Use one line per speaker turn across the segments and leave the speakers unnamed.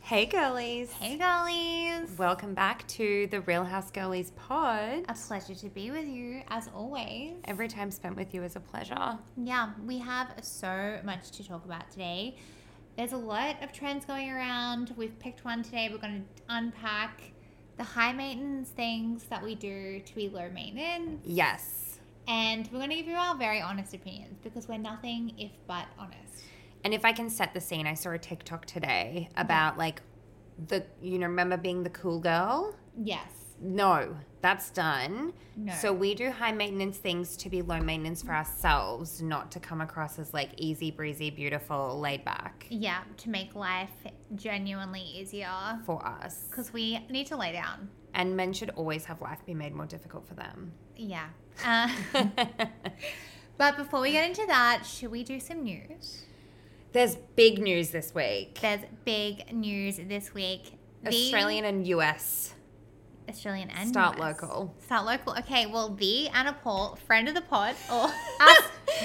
Hey, girlies.
Hey, girlies.
Welcome back to the Real House Girlies pod.
A pleasure to be with you, as always.
Every time spent with you is a pleasure.
Yeah, we have so much to talk about today. There's a lot of trends going around. We've picked one today. We're going to unpack the high maintenance things that we do to be low maintenance.
Yes.
And we're going to give you our very honest opinions because we're nothing if but honest.
And if I can set the scene, I saw a TikTok today
Mm-hmm.
about like the, you know, remember being the cool girl?
Yes.
No, that's done.
No.
So we do high maintenance things to be low maintenance for ourselves, not to come across as like easy breezy, beautiful, laid back
yeah, to make life genuinely easier
for us.
because we need to lay down.
And men should always have life be made more difficult for them.
Yeah. Uh, but before we get into that, should we do some news?
There's big news this week.
There's big news this week. The
Australian and US.
Australian and
Start
US.
local.
Start local. Okay, well, the Anna Paul, friend of the pod, or as-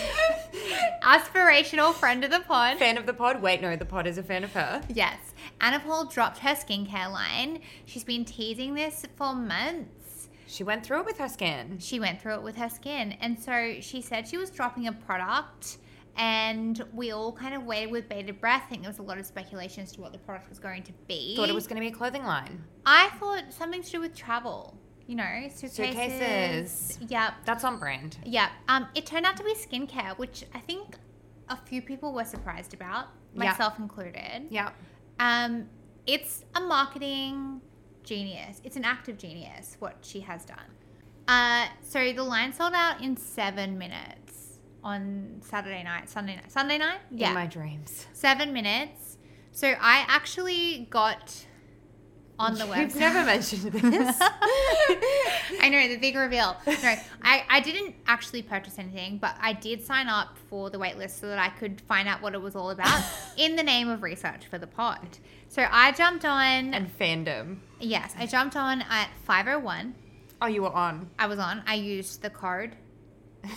aspirational friend of the pod.
Fan of the pod? Wait, no, the pod is a fan of her.
Yes, Anna Paul dropped her skincare line. She's been teasing this for months.
She went through it with her skin.
She went through it with her skin, and so she said she was dropping a product. And we all kind of waited with bated breath. I think there was a lot of speculation as to what the product was going to be.
Thought it was going to be a clothing line.
I thought something to do with travel. You know, suitcases.
Suitcases.
Yep.
That's on brand.
Yep. Um, it turned out to be skincare, which I think a few people were surprised about,
Yeah.
myself included.
Yeah.
Um, it's a marketing genius. It's an act of genius what she has done. Uh, so the line sold out in seven minutes on Saturday night, Sunday night, Sunday night.
In my dreams.
seven minutes. So I actually got on the website.
You've never mentioned this.
I know the big reveal. No, I, I didn't actually purchase anything, but I did sign up for the waitlist so that I could find out what it was all about in the name of research for the pod. So I jumped on.
and fandom.
yes, I jumped on at 501.
Oh, you were on.
I was on. I used the code.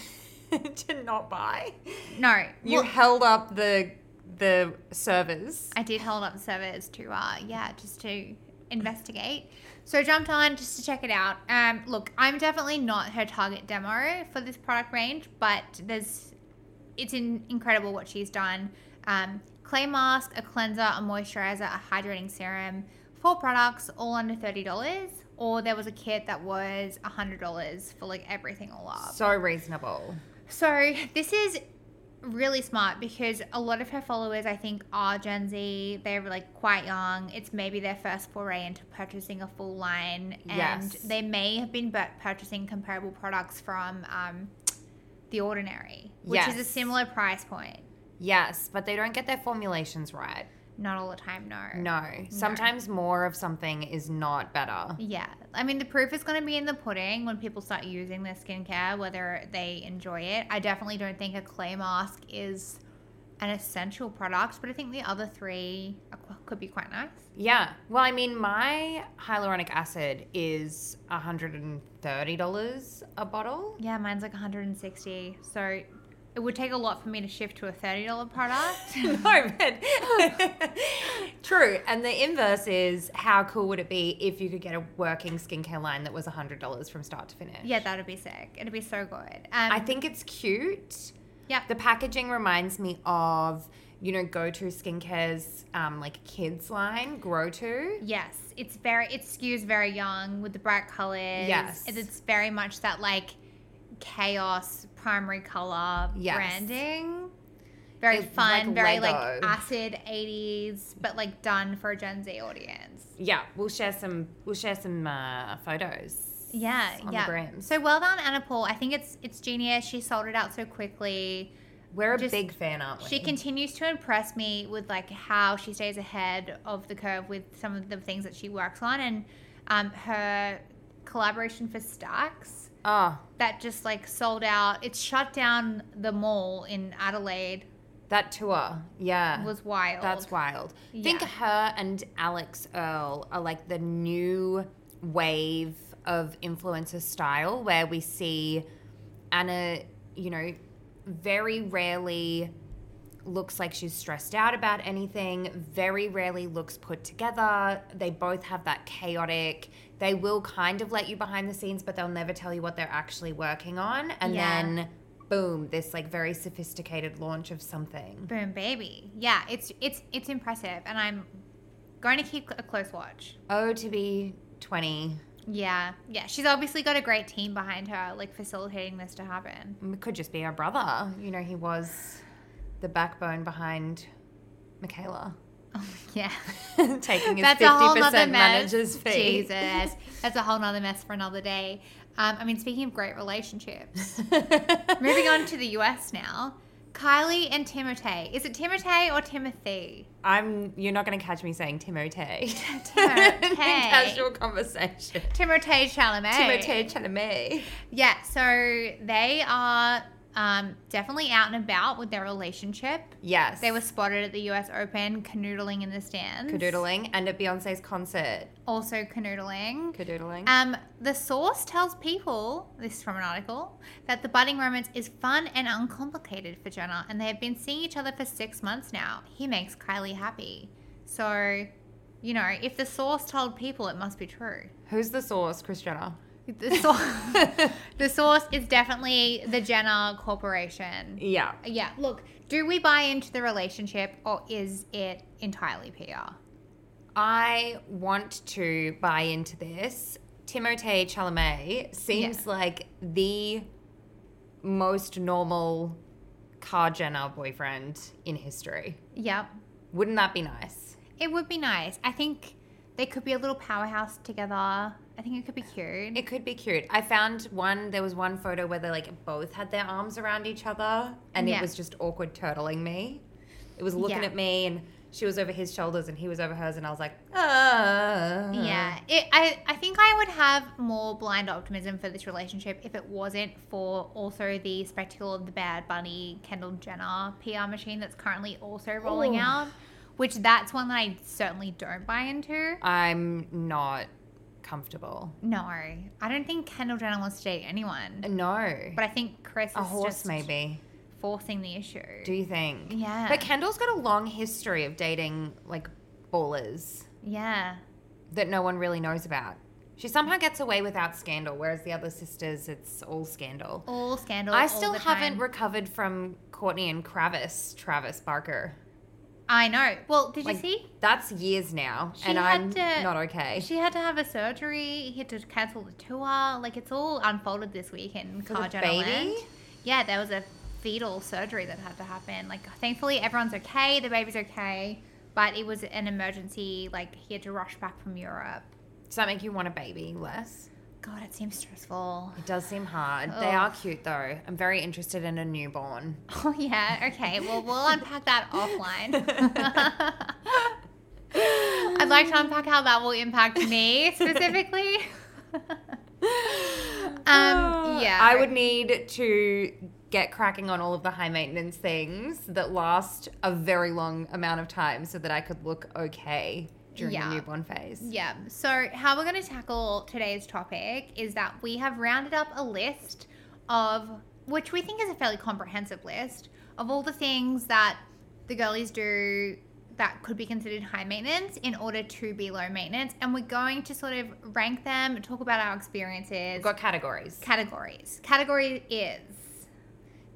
to not buy.
No,
You
well,
held up the the servers.
I did hold up servers to uh yeah, just to investigate. So I jumped on just to check it out. Um look, I'm definitely not her target demo for this product range, but there's it's in, incredible what she's done. Um clay mask, a cleanser, a moisturizer, a hydrating serum, four products all under $30 or there was a kit that was $100 for like everything all up.
So reasonable.
So this is really smart because a lot of her followers, I think, are Gen Z. They're like quite young. It's maybe their first foray into purchasing a full line, and
Yes.
they may have been bur- purchasing comparable products from um, the Ordinary, which is a
Yes.
similar price point.
Yes, but they don't get their formulations right.
Not all the time, no.
No. Sometimes more of something is not better.
Yeah, I mean the proof is going to be in the pudding when people start using their skincare, whether they enjoy it. I definitely don't think a clay mask is an essential product, but I think the other three are, qu- could be quite nice.
Yeah. Well, I mean, my hyaluronic acid is $130 a bottle.
Yeah, mine's like 160, so it would take a lot for me to shift to a thirty dollar product.
no, but true. And the inverse is how cool would it be if you could get a working skincare line that was $100 from start to finish?
yeah, that'd be sick. It'd be so good. Um,
I think it's cute.
yeah,
The packaging reminds me of, you know, Go To Skincare's um, like kids line, Grow To.
Yes, it's very it skews very young with the bright colors.
Yes.
and it's very much that like chaos primary color
Yes.
branding. Very
It's
fun,
like
very like
Lego.
acid '80s, but like done for a Gen Z audience.
Yeah, we'll share some. We'll share some uh, photos.
Yeah,
on
yeah.
The grams.
So well done, Anna Paul. I think it's it's genius. She sold it out so quickly.
We're a
Just-
big fan, aren't we?
She continues to impress me with like how she stays ahead of the curve with some of the things that she works on, and um, her collaboration for Stacks
Oh,
that just like sold out. It shut down the mall in Adelaide.
that tour. Yeah.
Was wild.
That's wild. I think
Yeah.
her and Alex Earl are like the new wave of influencer style where we see Anna, you know, very rarely looks like she's stressed out about anything, very rarely looks put together. They both have that chaotic, they will kind of let you behind the scenes, but they'll never tell you what they're actually working on. And
Yeah.
then boom, this like very sophisticated launch of something.
Boom, baby. Yeah, it's it's it's impressive, and I'm going to keep a close watch.
Oh, to be 20.
Yeah, yeah. She's obviously got a great team behind her, like facilitating this to happen.
Um, It could just be her brother. You know, he was the backbone behind Michaela
Oh, Yeah,
taking his 50% manager's fee.
Jesus, that's a whole nother mess for another day. Um, I mean, speaking of great relationships, moving on to the US now. Kylie and Timotei. Is it Timotei or Timothy?
I'm. You're not going to catch me saying Timotei.
Timotei.
In casual conversation.
Timotei Chalamet.
Timotei Chalamet.
Yeah, so they are um, definitely out and about with their relationship.
Yes.
They were spotted at the US Open canoodling in the stands.
canoodling and at Beyonce's concert.
Also canoodling.
Canoodling.
Um, the source tells people, this is from an article, that the budding romance is fun and uncomplicated for Jenna, and they have been seeing each other for six months now. He makes Kylie happy. So, you know, if the source told people, it must be true.
Who's the source? Chris Jenner.
The source, the source is definitely the Jenna Corporation.
Yeah.
Yeah, look, do we buy into the relationship or is it entirely PR?
I want to buy into this. Timothée Chalamet seems
Yeah.
like the most normal car Jenner boyfriend in history.
Yep.
Wouldn't that be nice?
It would be nice. I think they could be a little powerhouse together. I think it could be cute.
It could be cute. I found one. There was one photo where they like both had their arms around each other, and
Yeah.
it was just awkward turtling me. It was looking
Yeah.
at me, and she was over his shoulders, and he was over hers, and I was like, ah.
yeah. It, I, I think I would have more blind optimism for this relationship if it wasn't for also the spectacle of the Bad Bunny Kendall Jenner PR machine that's currently also rolling
Ooh.
out, which that's one that I certainly don't buy into.
I'm not comfortable.
No, I don't think Kendall Jenner wants to date anyone.
No,
But I think Chris
a
is
horse
just
maybe.
forcing the issue.
Do you think?
yeah.
But Kendall's got a long history of dating like ballers
yeah.
that no one really knows about. She somehow gets away without scandal, whereas the other sisters, it's all scandal.
All scandal.
I
all
still
the
haven't
time.
recovered from Courtney and Kravis, Travis Barker.
I know. Well, did
Like,
you see?
That's years now,
She
and
had
I'm
to-
not okay.
She had to have a surgery. He had to cancel the tour. Like it's all unfolded this week in
For
Car
the
Journal
baby?
Land. Yeah, there was a fetal surgery that had to happen. Like thankfully everyone's okay. The baby's okay. But it was an emergency. Like he had to rush back from Europe.
Does that make you want a baby less?
God, it seems stressful.
It does seem hard. They are
Ugh.
cute though. I'm very interested in a newborn.
Oh yeah, okay. Well, we'll unpack that offline. I'd like to unpack how that will impact me specifically. um, yeah,
Ah, I would need to get cracking on all of the high maintenance things that last a very long amount of time so that I could look okay during
Yeah.
the newborn phase.
Yeah. So, how we're going to tackle today's topic is that we have rounded up a list of, which we think is a fairly comprehensive list, of all the things that the girlies do that could be considered high maintenance in order to be low maintenance. And we're going to sort of rank them, talk about our experiences.
We've got categories.
categories. Category is,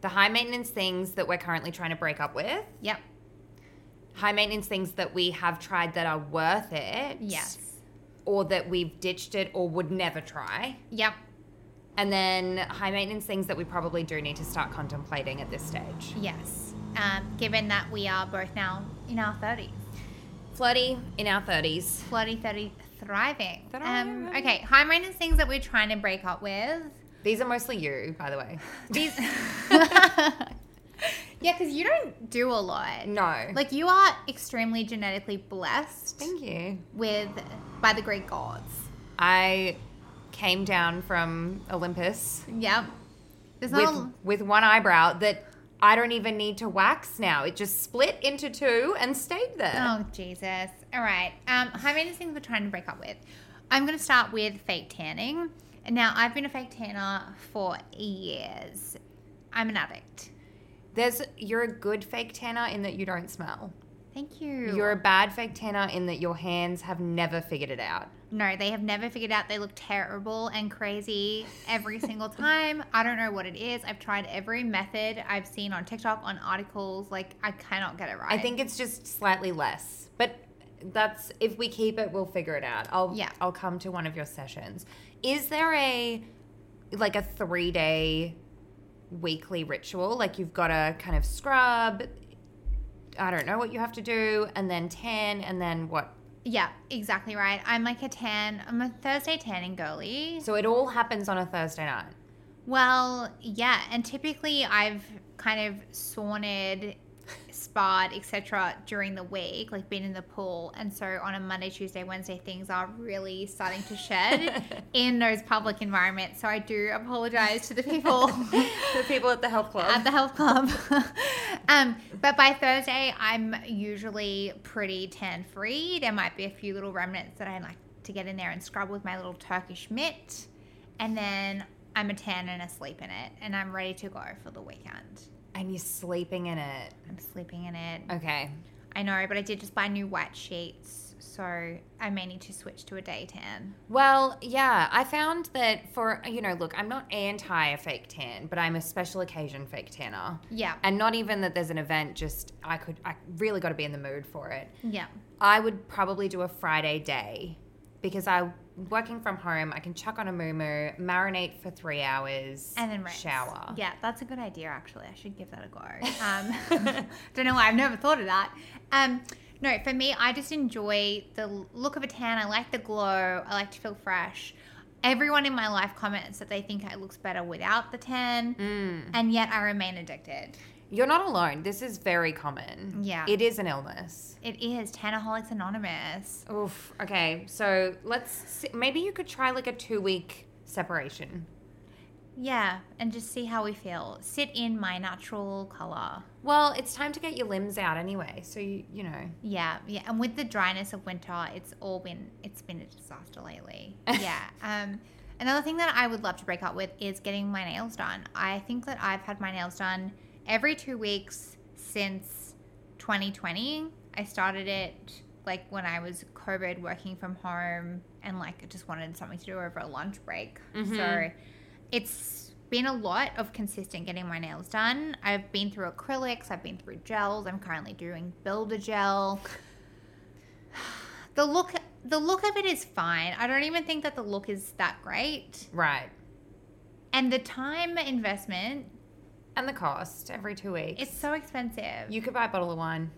the high maintenance things that we're currently trying to break up with,
yep,
high maintenance things that we have tried that are worth it,
yes,
or that we've ditched it or would never try,
yep,
and then high maintenance things that we probably do need to start contemplating at this stage.
yes. Um, given that we are both now in our 30s.
Flirty in our 30s.
Bloody 30 thriving. Um,
Thriving.
okay, high maintenance things that we're trying to break up with.
These are mostly you, by the way.
These. yeah, because you don't do a lot.
No.
Like, you are extremely genetically blessed
Thank you.
with by the Greek gods.
I came down from Olympus
Yep. There's not
with, with one eyebrow that I don't even need to wax now. It just split into two and stayed there.
a. Oh, Jesus. All right. Um, high maintenance things we're trying to break up with. I'm going to start with fake tanning. And Now, I've been a fake tanner for years. I'm an addict.
There's you're a good fake tanner in that you don't smell.
Thank you.
You're a bad fake tanner in that your hands have never figured it out.
No, they have never figured out. They look terrible and crazy every single time. I don't know what it is. I've tried every method I've seen on TikTok, on articles. Like, I cannot get it right.
I think it's just slightly less. But that's if we keep it, we'll figure it out. I'll
Yeah.
I'll come to one of your sessions. Is there a like a three day weekly ritual? Like you've got to kind of scrub. I don't know what you have to do, and then tan, and then what?
Yeah, exactly right. I'm like a tan. I'm a Thursday tanning girly.
So it all happens on a Thursday night.
Well, yeah, and typically I've kind of sauned, sparred, etc. during the week, like been in the pool, and so on a Monday, Tuesday, Wednesday, things are really starting to shed in those public environments. So I do apologize to the people
the people at the health club.
at the health club. um, but by Thursday, I'm usually pretty tan free. There might be a few little remnants that I like to get in there and scrub with my little Turkish mitt, and then I'm a tan and asleep in it, and I'm ready to go for the weekend.
and you're sleeping in it.
I'm sleeping in it.
Okay.
I know, but I did just buy new white sheets, so I may need to switch to a day tan.
Well, yeah, I found that for, you know, look, I'm not anti a fake tan, but I'm a special occasion fake tanner.
Yeah,
And not even that there's an event, just I could, I really got to be in the mood for it.
yeah,
I would probably do a Friday day because I, working from home, I can chuck on a moo marinate for three hours,
and then rinse.
shower.
Yeah, that's a good idea. Actually, I should give that a go. Um, don't know why I've never thought of that. Um, no, for me, I just enjoy the l- look of a tan. I like the glow. I like to feel fresh. Everyone in my life comments that they think it looks better without the tan,
Mm.
and yet I remain addicted.
You're not alone. This is very common.
Yeah.
It is an illness.
It is Tanaholics Anonymous.
Oof. Okay. So let's see. maybe you could try like a two week separation.
Yeah, and just see how we feel. Sit in my natural color.
Well, it's time to get your limbs out anyway. So you you know.
Yeah, yeah, and with the dryness of winter, it's all been it's been a disaster lately. Yeah. um, another thing that I would love to break up with is getting my nails done. I think that I've had my nails done every two weeks since 2020. I started it like when I was COVID, working from home, and like just wanted something to do over a lunch break. So
Mhm.
it's been a lot of consistent getting my nails done. I've been through acrylics, I've been through gels, I'm currently doing builder gel. The look the look of it is fine. I don't even think that the look is that great.
Right.
And the time investment,
And the cost every two weeks.
it's so expensive.
you could buy a bottle of wine.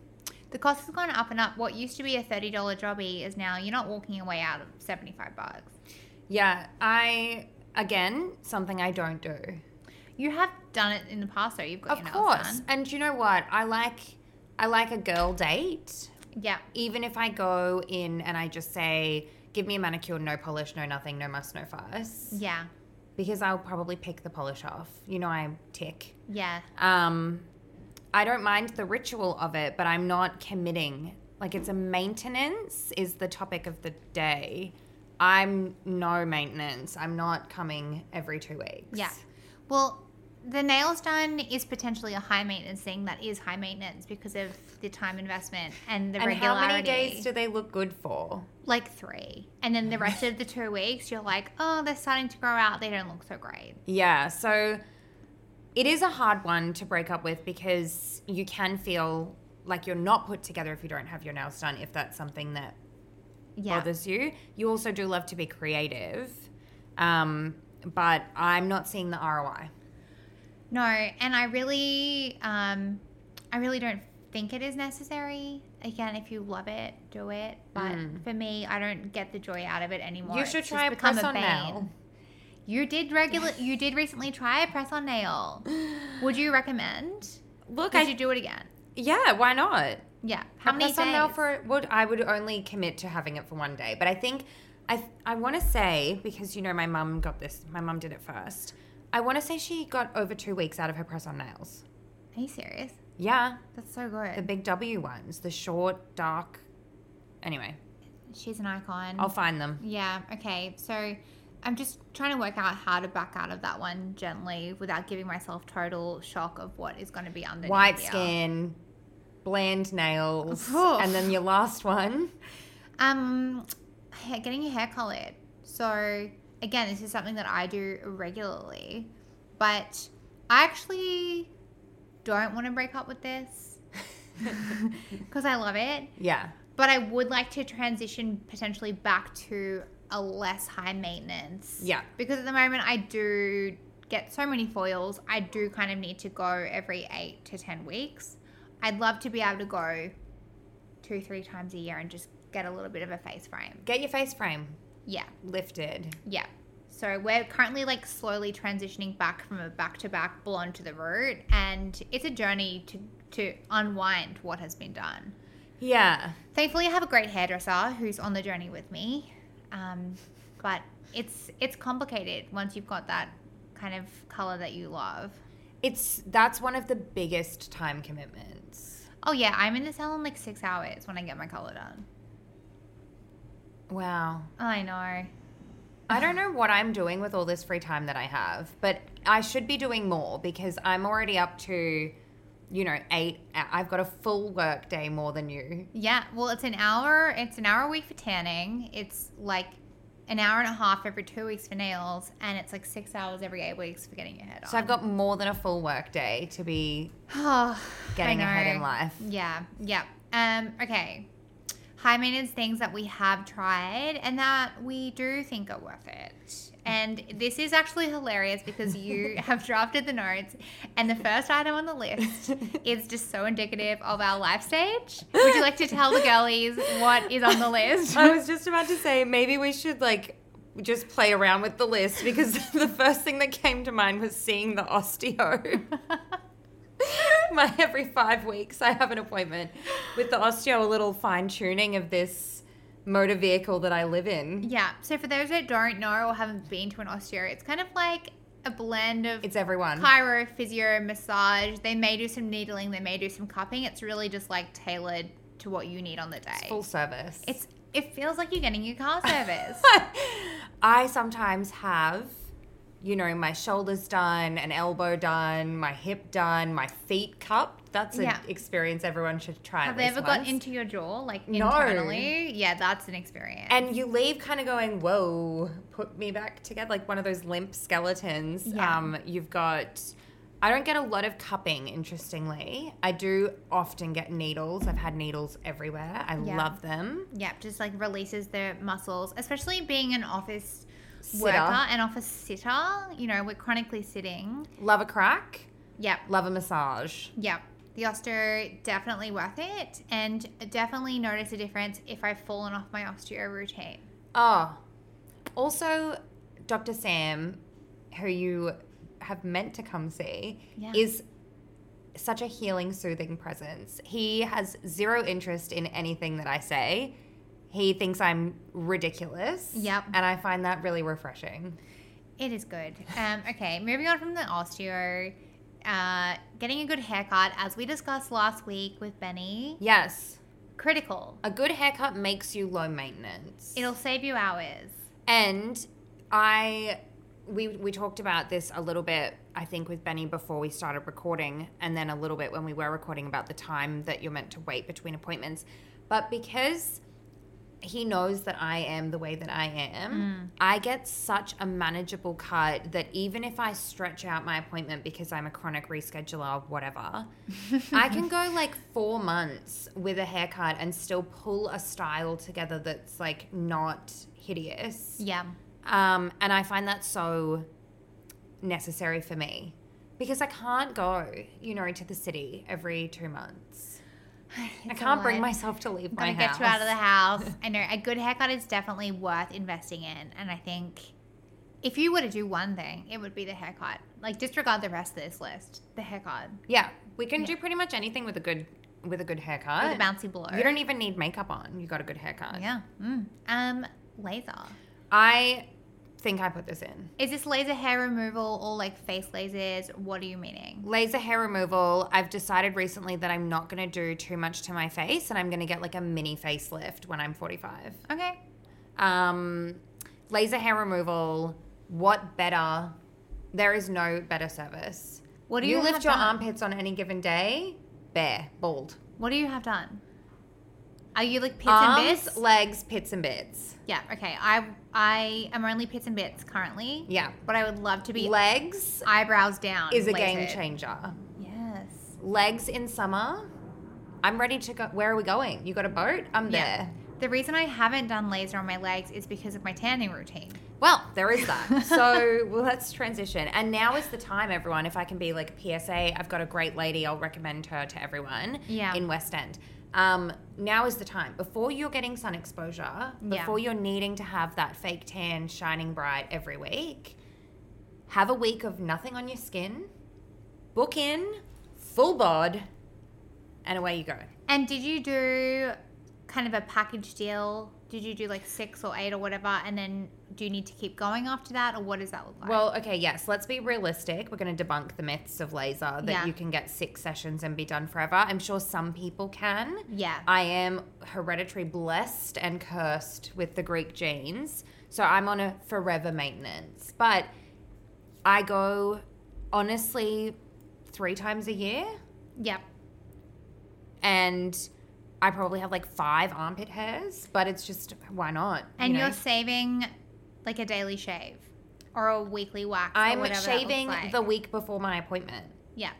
the cost has gone up and up. What used to be a $30 jobby is now you're not walking away out of 75 bucks.
Yeah. I again something I don't do.
You have done it in the past though. You've got
of
your nails
course.
done.
And you know what? I like I like a girl date.
Yeah.
Even if I go in and I just say, give me a manicure, no polish, no nothing, no muss, no fuss.
Yeah.
Because I'll probably pick the polish off. You know I tick.
Yeah.
Um, I don't mind the ritual of it, but I'm not committing. Like it's a maintenance is the topic of the day. I'm no maintenance. I'm not coming every two weeks.
Yeah. Well, the nails done is potentially a high maintenance thing that is high maintenance because of the time investment and the
and how
regularity.
many days do they look good for?
like three. And then the rest of the two weeks, you're like, oh, they're starting to grow out. They don't look so great.
Yeah. So it is a hard one to break up with because you can feel like you're not put together if you don't have your nails done, if that's something that
Yeah.
bothers you. You also do love to be creative, um, but I'm not seeing the ROI.
no, and I really, um, I really don't think it is necessary. Again, if you love it, do it. But
Mm.
for me, I don't get the joy out of it anymore.
you
It's
should
just
try a
become
press on
bane.
nail.
You did regular. you did recently try a press on nail. Would you recommend?
Look, I,
Could you do it again?
yeah, why not?
Yeah.
A press on nail for would I would only commit to having it for one day, but I think I I want to say because you know my mum got this, my mum did it first. I want to say she got over two weeks out of her press on nails.
Are you serious?
Yeah,
That's so
the
good.
big W ones, the short, dark. Anyway,
She's an icon.
I'll find them.
yeah. Okay. So I'm just trying to work out how to back out of that one gently without giving myself total shock of what is going to be underneath.
White
here.
skin, bland nails,
Oof.
and then your last one.
Um, hair, getting your hair colored. So again, this is something that I do regularly, but I actually don't want to break up with this because I love it.
Yeah.
But I would like to transition potentially back to a less high maintenance.
Yeah.
Because at the moment I do get so many foils, I do kind of need to go every eight to ten weeks. I'd love to be able to go two, three times a year and just get a little bit of a face frame.
Get your face frame
Yeah,
lifted.
yeah. So we're currently like slowly transitioning back from a back to back blonde to the root and it's a journey to to unwind what has been done.
Yeah.
Thankfully, I have a great hairdresser who's on the journey with me, um, but it's it's complicated once you've got that kind of color that you love.
It's that's one of the biggest time commitments.
Oh yeah, I'm in the salon like six hours when I get my color done.
Wow.
I know.
I don't know what I'm doing with all this free time that I have, but I should be doing more because I'm already up to, you know, eight. I've got a full work day more than you.
Yeah, well, it's an hour. It's an hour a week for tanning. It's like an hour and a half every two weeks for nails, and it's like six hours every eight weeks for getting your head on.
So I've got more than a full work day to be
Oh,
getting
I
ahead in
know.
life.
Yeah, yeah. Um, okay. High maintenance things that we have tried and that we do think are worth it. And this is actually hilarious because you have drafted the notes, and the first item on the list is just so indicative of our life stage. Would you like to tell the girlies what is on the list?
I was just about to say maybe we should like just play around with the list because the first thing that came to mind was seeing the osteo. My every five weeks I have an appointment with the osteo, a little fine tuning of this motor vehicle that I live in.
Yeah. So for those that don't know or haven't been to an osteo, it's kind of like a blend of
It's everyone.
Chiro, physio, massage. They may do some needling. They may do some cupping. It's really just like tailored to what you need on the day.
Full service.
It's it feels like you're getting your car service.
I sometimes have, you know, my shoulders done, an elbow done, my hip done, my feet cupped. That's an
Yeah.
experience everyone should try.
Have
at
they
least
ever got
once.
into your jaw like
No.
internally? Yeah, that's an experience.
And you leave kind of going, whoa, put me back together, like one of those limp skeletons.
Yeah.
Um, you've got, I don't get a lot of cupping, interestingly. I do often get needles. I've had needles everywhere. I
Yeah.
love them.
yeah, just like releases the muscles, especially being an office
Sitter.
worker, an office sitter. You know, we're chronically sitting.
Love a crack,
Yep.
love a massage.
Yep. The osteo definitely worth it, and definitely notice a difference if I've fallen off my osteo routine.
Oh, also, Dr. Sam, who you have meant to come see,
Yeah.
is such a healing, soothing presence. He has zero interest in anything that I say. He thinks I'm ridiculous.
Yep.
And I find that really refreshing.
It is good. Um, okay, moving on from the osteo, uh, getting a good haircut, as we discussed last week with Benny,
Yes.
critical.
A good haircut makes you low maintenance.
It'll save you hours.
And I we we talked about this a little bit I think with Benny before we started recording and then a little bit when we were recording about the time that you're meant to wait between appointments. But because he knows that I am the way that I am. I get such a manageable cut that even if I stretch out my appointment because I'm a chronic rescheduler, whatever, I can go like four months with a haircut and still pull a style together that's like not hideous.
Yeah.
Um, and I find that so necessary for me because I can't go, you know, to the city every two months. I can't bring myself to leave
I'm
my
gonna
house.
get you out of the house. I know a good haircut is definitely worth investing in, and I think if you were to do one thing, it would be the haircut. Like disregard the rest of this list. The haircut
Yeah, we can
Yeah.
do pretty much anything with a good with a good haircut.
with a bouncy blow.
You don't even need makeup on. You got a good haircut.
yeah. Mm. Um, laser.
I think I put this in.
Is this laser hair removal or like face lasers? What are you meaning?
Laser hair removal. I've decided recently that I'm not going to do too much to my face and I'm going to get like a mini facelift when I'm 45.
Okay.
Um laser hair removal. What better? There is no better service.
What do
you,
you have
lift your
done?
armpits on any given day? Bare, bald.
What do you have done? Are you like pits and
Arms,
bits?
legs, pits and bits.
yeah. Okay. I I am only pits and bits currently.
Yeah.
But I would love to be
Legs
eyebrows down.
is a game
lasered.
changer.
Yes.
Legs in summer. I'm ready to go. Where are we going? You got a boat? I'm
Yeah.
there.
The reason I haven't done laser on my legs is because of my tanning routine.
Well, there is that. So well, let's transition. And now is the time, everyone. If I can be like a PSA, I've got a great lady. I'll recommend her to everyone
Yeah.
in West End. Um, now is the time. Before you're getting sun exposure,
Yeah.
before you're needing to have that fake tan shining bright every week, have a week of nothing on your skin, book in, full bod, and away you go.
And did you do kind of a package deal? Did you do like six or eight or whatever? And then do you need to keep going after that, or what does that look like?
Well, okay, yes. Let's be realistic. We're going to debunk the myths of laser that
Yeah.
you can get six sessions and be done forever. I'm sure some people can.
yeah,
I am hereditary blessed and cursed with the Greek genes, so I'm on a forever maintenance. But I go honestly three times a year,
yep,
and I probably have like five armpit hairs. But it's just why not?
and
you
you
know?
are saving like a daily shave or a weekly wax. or
I'm
whatever that looks
shaving
like.
the week before my appointment.
yeah.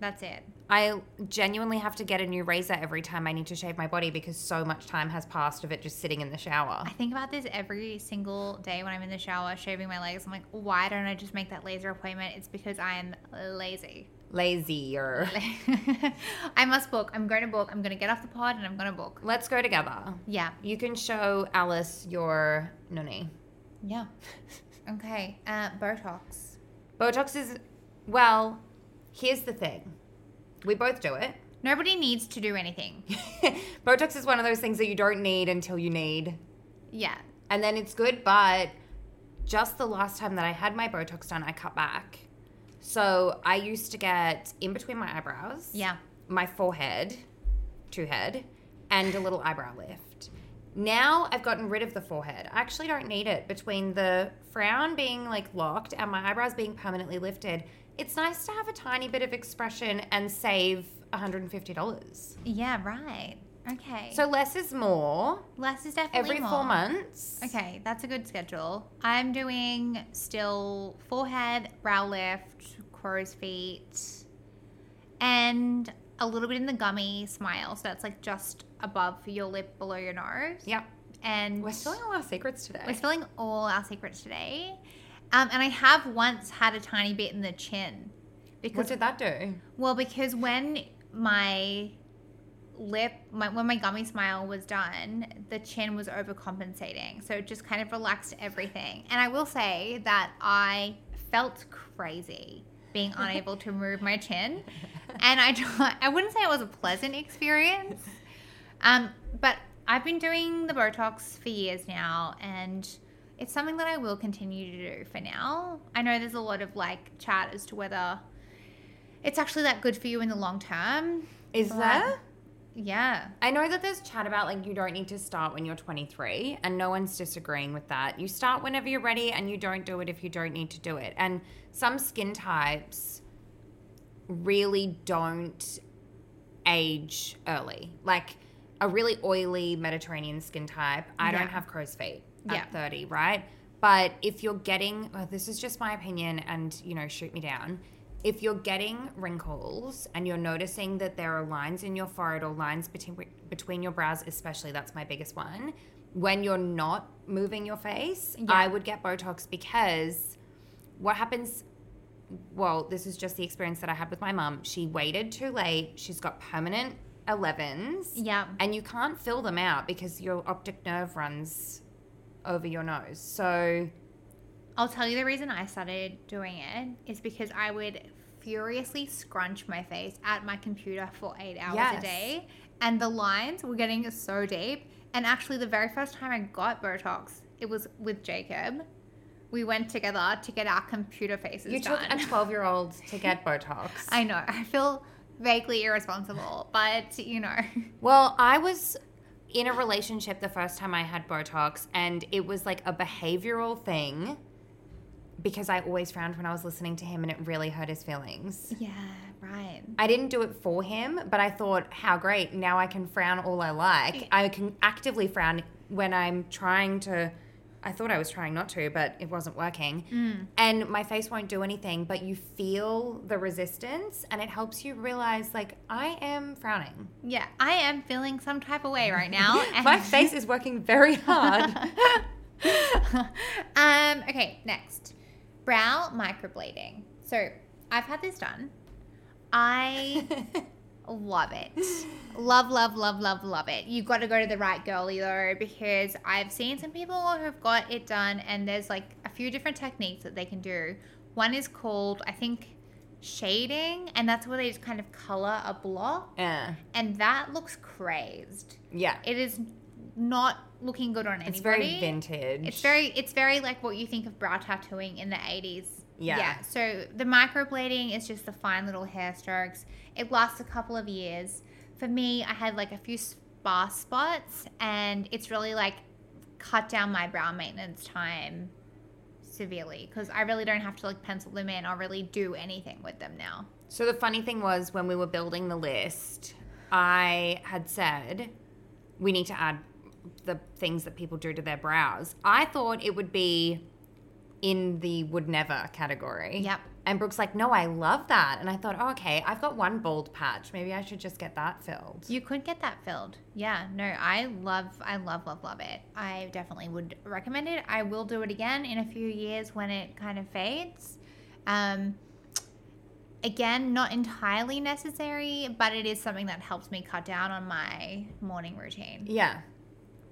That's it.
I genuinely have to get a new razor every time I need to shave my body because so much time has passed of it just sitting in the shower.
I think about this every single day when I'm in the shower shaving my legs. I'm like, why don't I just make that laser appointment? It's because I am lazy.
Lazier.
I must book. I'm going to book. I'm going to get off the pod and I'm going to book.
Let's go together.
Yeah.
You can show Alice your noni.
Yeah. Okay. Uh, Botox.
Botox is, well, here's the thing. We both do it.
Nobody needs to do anything.
Botox is one of those things that you don't need until you need.
Yeah.
And then it's good, but just the last time that I had my Botox done, I cut back. So I used to get in between my eyebrows.
Yeah.
my forehead, two head, and a little eyebrow lift. Now I've gotten rid of the forehead. I actually don't need it. Between the frown being like locked and my eyebrows being permanently lifted, it's nice to have a tiny bit of expression and save $150.
Yeah. Right. Okay.
So less is more
less is definitely
every
more.
four months.
Okay, that's a good schedule. I'm doing still forehead, brow lift, crow's feet, and a little bit in the gummy smile. So that's like just above your lip, below your nose.
Yep.
And
We're spilling all our secrets today.
We're spilling all our secrets today. Um, and I have once had a tiny bit in the chin.
what
Because
did that do?
well, because when my lip, my, when my gummy smile was done, the chin was overcompensating. So it just kind of relaxed everything. And I will say that I felt crazy being unable to move my chin. And I, don't- I wouldn't say it was a pleasant experience. Um, but I've been doing the Botox for years now, and it's something that I will continue to do for now. I know there's a lot of like chat as to whether it's actually that good for you in the long term.
Is
But-
there?
Yeah.
I know that there's chat about like you don't need to start when you're 23, and no one's disagreeing with that. You start whenever you're ready, and you don't do it if you don't need to do it. And some skin types really don't age early. Like a really oily Mediterranean skin type, I
Yeah.
don't have crow's feet at
Yeah.
30, right? But if you're getting, oh, this is just my opinion and, you know, shoot me down. If you're getting wrinkles and you're noticing that there are lines in your forehead or lines between, between your brows, especially, that's my biggest one. When you're not moving your face,
Yeah.
I would get Botox because what happens well, this is just the experience that I had with my mum. She waited too late. She's got permanent 11s.
Yeah.
And you can't fill them out because your optic nerve runs over your nose. So,
I'll tell you the reason I started doing it is because I would furiously scrunch my face at my computer for eight hours a
Yes.
day, and the lines were getting so deep. And actually, the very first time I got Botox, it was with Jacob. We went together to get our computer faces
you
done.
took a 12 year old to get Botox.
I know. I feel vaguely irresponsible, but you know.
well, I was in a relationship the first time I had Botox, and it was like a behavioral thing because I always frowned when I was listening to him, and it really hurt his feelings.
Yeah, right.
I didn't do it for him, but I thought, how great, now I can frown all I like. I can actively frown when I'm trying to. I thought I was trying not to, but it wasn't working.
Mm.
And my face won't do anything, but you feel the resistance and it helps you realize, like, I am frowning.
Yeah, I am feeling some type of way right now. and-
My face is working very hard.
um, okay, next. Brow microblading. So I've had this done. I love it. Love, love, love, love, love it. You've got to go to the right girly though, because I've seen some people who've got it done, and there's like a few different techniques that they can do. One is called, I think, shading, and that's where they just kind of color a block,
yeah.
and that looks crazed.
Yeah.
It is not looking good on anybody.
It's very vintage.
It's very it's very like what you think of brow tattooing in the 80s.
Yeah.
So the microblading is just the fine little hair strokes. It lasts a couple of years. For me, I had like a few sparse spots and it's really like cut down my brow maintenance time severely because I really don't have to like pencil them in or really do anything with them now.
So the funny thing was when we were building the list, I had said we need to add the things that people do to their brows. I thought it would be in the would never category.
Yep.
And Brooke's like, no, I love that. And I thought, oh, okay, I've got one bald patch. Maybe I should just get that filled.
You could get that filled. Yeah, no, I love, I love, love, love it. I definitely would recommend it. I will do it again in a few years when it kind of fades. Um, again, not entirely necessary, but it is something that helps me cut down on my morning routine.
Yeah.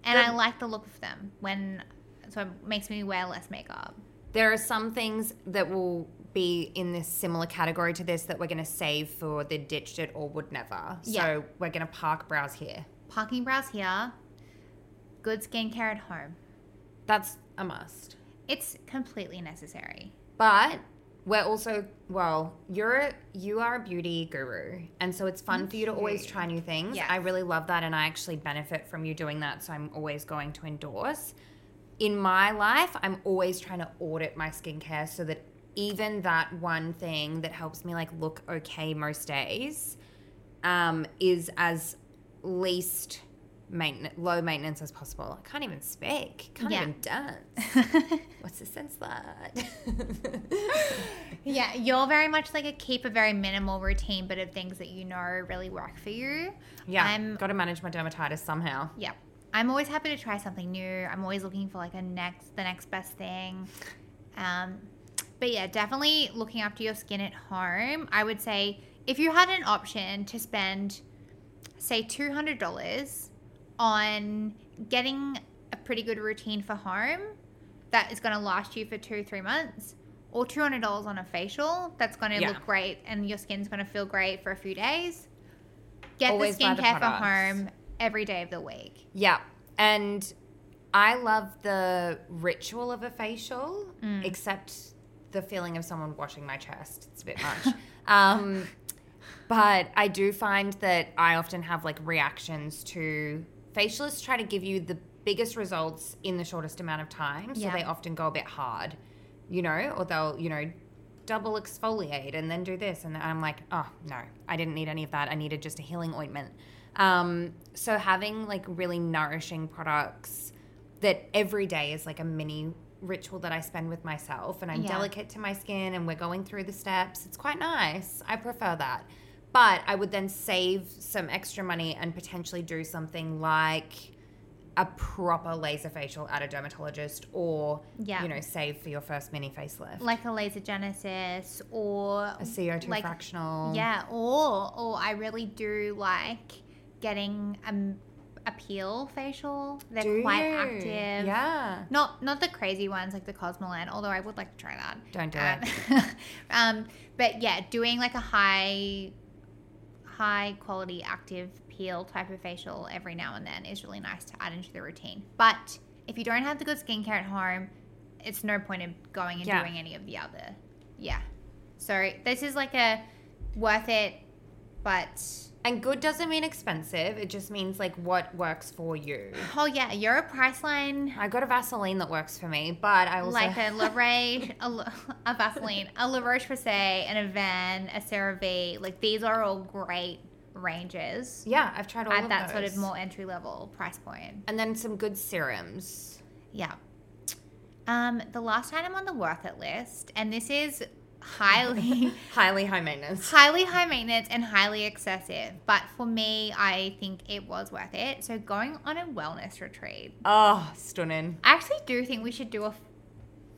And I
Good.
like the look of them when, so it makes me wear less makeup.
There are some things that will be in this similar category to this that we're going to save for the ditched it or would never.
Yeah.
So we're going to park brows here.
Parking brows here, good skincare at home.
That's a must.
It's completely necessary.
But we're also well, you're you are a beauty guru, and so it's fun for you to always
you.
try new things.
Yes.
I really love that, and I actually benefit from you doing that. So I'm always going to endorse. In my life, I'm always trying to audit my skincare so that even that one thing that helps me like look okay most days um, is as least maintenance, low maintenance as possible. I can't even speak. Can't
Yeah.
even dance. What's the sense that?
Yeah, you're very much like a keep a very minimal routine, but of things that you know really work for you. Um,
yeah,
I'm-
got to manage my dermatitis somehow.
Yeah. I'm always happy to try something new. I'm always looking for like a next the next best thing. Um, but yeah, definitely looking after your skin at home. I would say if you had an option to spend say $200 on getting a pretty good routine for home that is going to last you for two, three months, or $200 on a facial that's going to
Yeah.
look great and your skin's going to feel great for a few days, get
Always
the
buy the
skincare for
products.
home every day of the week.
Yeah, and I love the ritual of a facial, except the feeling of someone washing my chest. It's a bit much. um, but I do find that I often have like reactions to facialists try to give you the biggest results in the shortest amount of time, so
Yeah.
they often go a bit hard, you know, or they'll you know double exfoliate and then do this and I'm like, oh no, I didn't need any of that. I needed just a healing ointment. Um, so having like really nourishing products that every day is like a mini ritual that I spend with myself and I'm
Yeah.
delicate to my skin and we're going through the steps. It's quite nice. I prefer that. But I would then save some extra money and potentially do something like a proper laser facial at a dermatologist or
Yeah.
you know save for your first mini facelift
Like a laser genesis or
a CO2
like-
fractional.
Yeah, or or I really do like getting um, a peel facial. They're
Do
quite
you?
active.
Yeah.
Not not the crazy ones like the Cosmoland, although I would like to try that.
Don't do it.
Um, um, but yeah, doing like a high high quality active peel type of facial every now and then is really nice to add into the routine. But if you don't have the good skincare at home, it's no point in going and
Yeah.
doing any of the other. Yeah. So this is like a worth it But
And good doesn't mean expensive. It just means like what works for you.
oh yeah, you're a Priceline
I got a Vaseline that works for me, but I also
like a La Roche, a, La- a Vaseline, a La Roche Posay, an Aven, a CeraVe. Like these are all great ranges
yeah, I've tried all
at
of
that sort
those.
of more entry level price point.
and then some good serums.
Yeah. Um, the last item on the worth it list, and this is highly
Highly high maintenance.
highly high maintenance and highly excessive, but for me, I think it was worth it. So going on a wellness retreat,
Oh, stunning.
I actually do think we should do a f-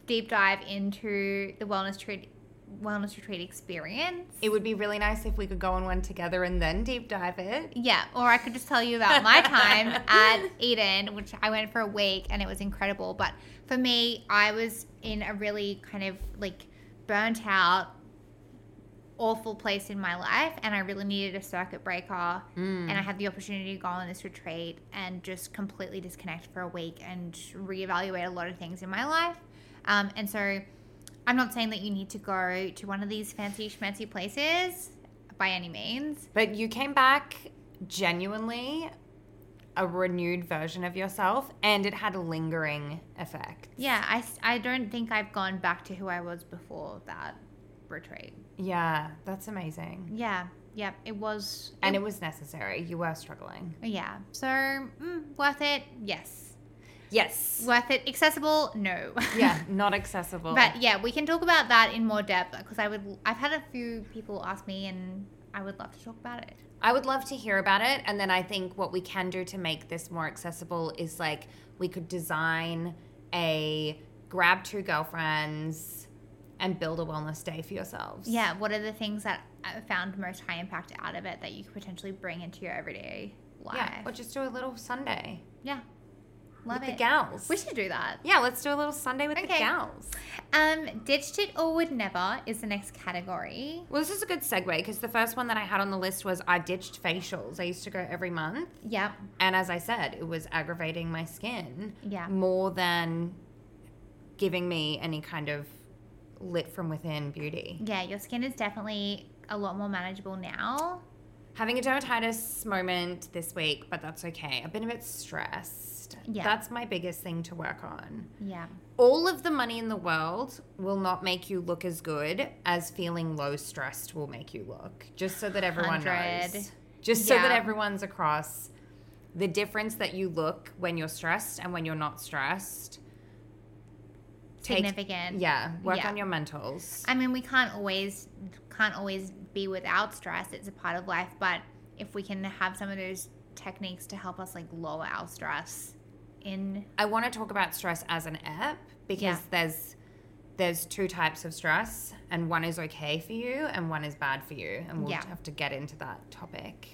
deep dive into the wellness retreat wellness retreat experience.
It would be really nice if we could go on one together and then deep dive it.
yeah, or I could just tell you about my time at Eden, which I went for a week and it was incredible. But for me, I was in a really kind of like burnt out, awful place in my life, and I really needed a circuit breaker.
Mm.
and I had the opportunity to go on this retreat and just completely disconnect for a week and reevaluate a lot of things in my life. Um, and so, I'm not saying that you need to go to one of these fancy schmancy places by any means.
But you came back genuinely a renewed version of yourself, and it had a lingering effect.
Yeah, I, s- I don't think I've gone back to who I was before that retreat.
Yeah, that's amazing.
Yeah, yep, it was.
And it was necessary. You were struggling.
yeah, so mm, worth it. Yes,
Yes.
worth it. Accessible? No.
Yeah, not accessible.
But yeah, we can talk about that in more depth because I would. I've had a few people ask me, and I would love to talk about it.
I would love to hear about it. And then I think what we can do to make this more accessible is like we could design a grab two girlfriends and build a wellness day for yourselves.
Yeah, what are the things that I found most high impact out of it that you could potentially bring into your everyday life?
Yeah. Or just do a little Sunday
Yeah. love
with the
it.
gals.
we should do that.
yeah, let's do a little Sunday with the
Okay.
gals.
Um, ditched it or would never is the next category.
Well, this is a good segue because the first one that I had on the list was I ditched facials. I used to go every month.
Yep.
And as I said, it was aggravating my skin
Yeah.
more than giving me any kind of lit from within beauty.
Yeah, your skin is definitely a lot more manageable now.
Having a dermatitis moment this week, but that's okay. I've been a bit stressed.
Yeah.
That's my biggest thing to work on.
Yeah.
All of the money in the world will not make you look as good as feeling low stressed will make you look. Just so that everyone
Hundred.
knows. Just so that
Yeah.
everyone's across the difference that you look when you're stressed and when you're not stressed. Take-
Significant.
Yeah, work
Yeah.
on your mentals.
I mean, we can't always can't always be without stress. It's a part of life, but if we can have some of those techniques to help us like lower our stress in
I want to talk about stress as an app because
Yeah.
there's there's two types of stress, and one is okay for you, and one is bad for you, and we'll
Yeah.
have to get into that topic.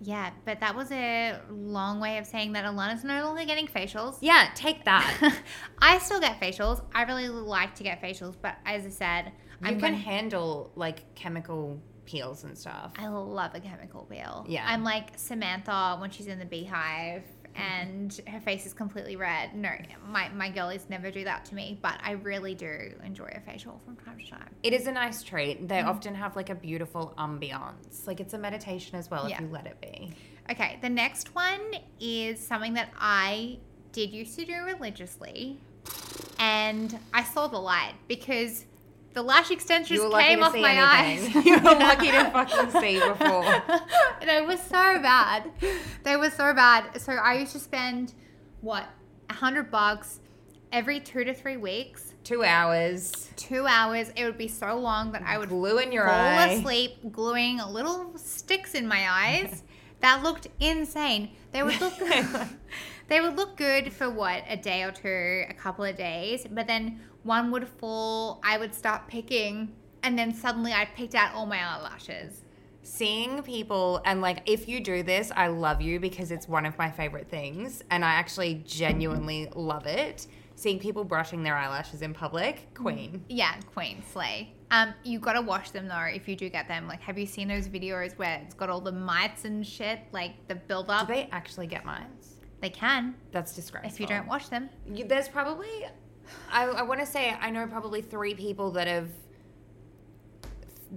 yeah, but that was a long way of saying that Alana's no longer getting facials.
Yeah, take that.
I still get facials. I really like to get facials, but as I said,
you
I'm
can
gonna-
handle like chemical peels and stuff.
I love a chemical peel.
Yeah.
I'm like Samantha when she's in the beehive and her face is completely red. No, my, my girlies never do that to me, but I really do enjoy a facial from time to time.
It is a nice treat. They
Mm-hmm.
often have like a beautiful ambiance. Like it's a meditation as well if
Yeah.
you let it be.
Okay, the next one is something that I did used to do religiously, and I saw the light because the lash extensions
you were lucky
came
to
off
see
my
anything.
eyes.
you were lucky to fucking see before.
they were so bad. They were so bad. So I used to spend what a hundred bucks every two to three weeks,
Two hours.
two hours. It would be so long that I would fall
Glue in your eye.
asleep gluing little sticks in my eyes. That looked insane. They would look they would look good for what a day or two, a couple of days, but then one would fall. I would start picking, and then suddenly I picked out all my eyelashes.
seeing people and like if you do this i love you because it's one of my favorite things and i actually genuinely love it seeing people brushing their eyelashes in public queen
Yeah, Queen Slay. Um, you gotta wash them though if you do get them. Like, have you seen those videos where it's got all the mites and shit, like the
do
buildup? They,
they actually get mines
can
that's disgraceful
Mm. if you don't wash them.
You- there's probably i, I want to say i know probably three people that have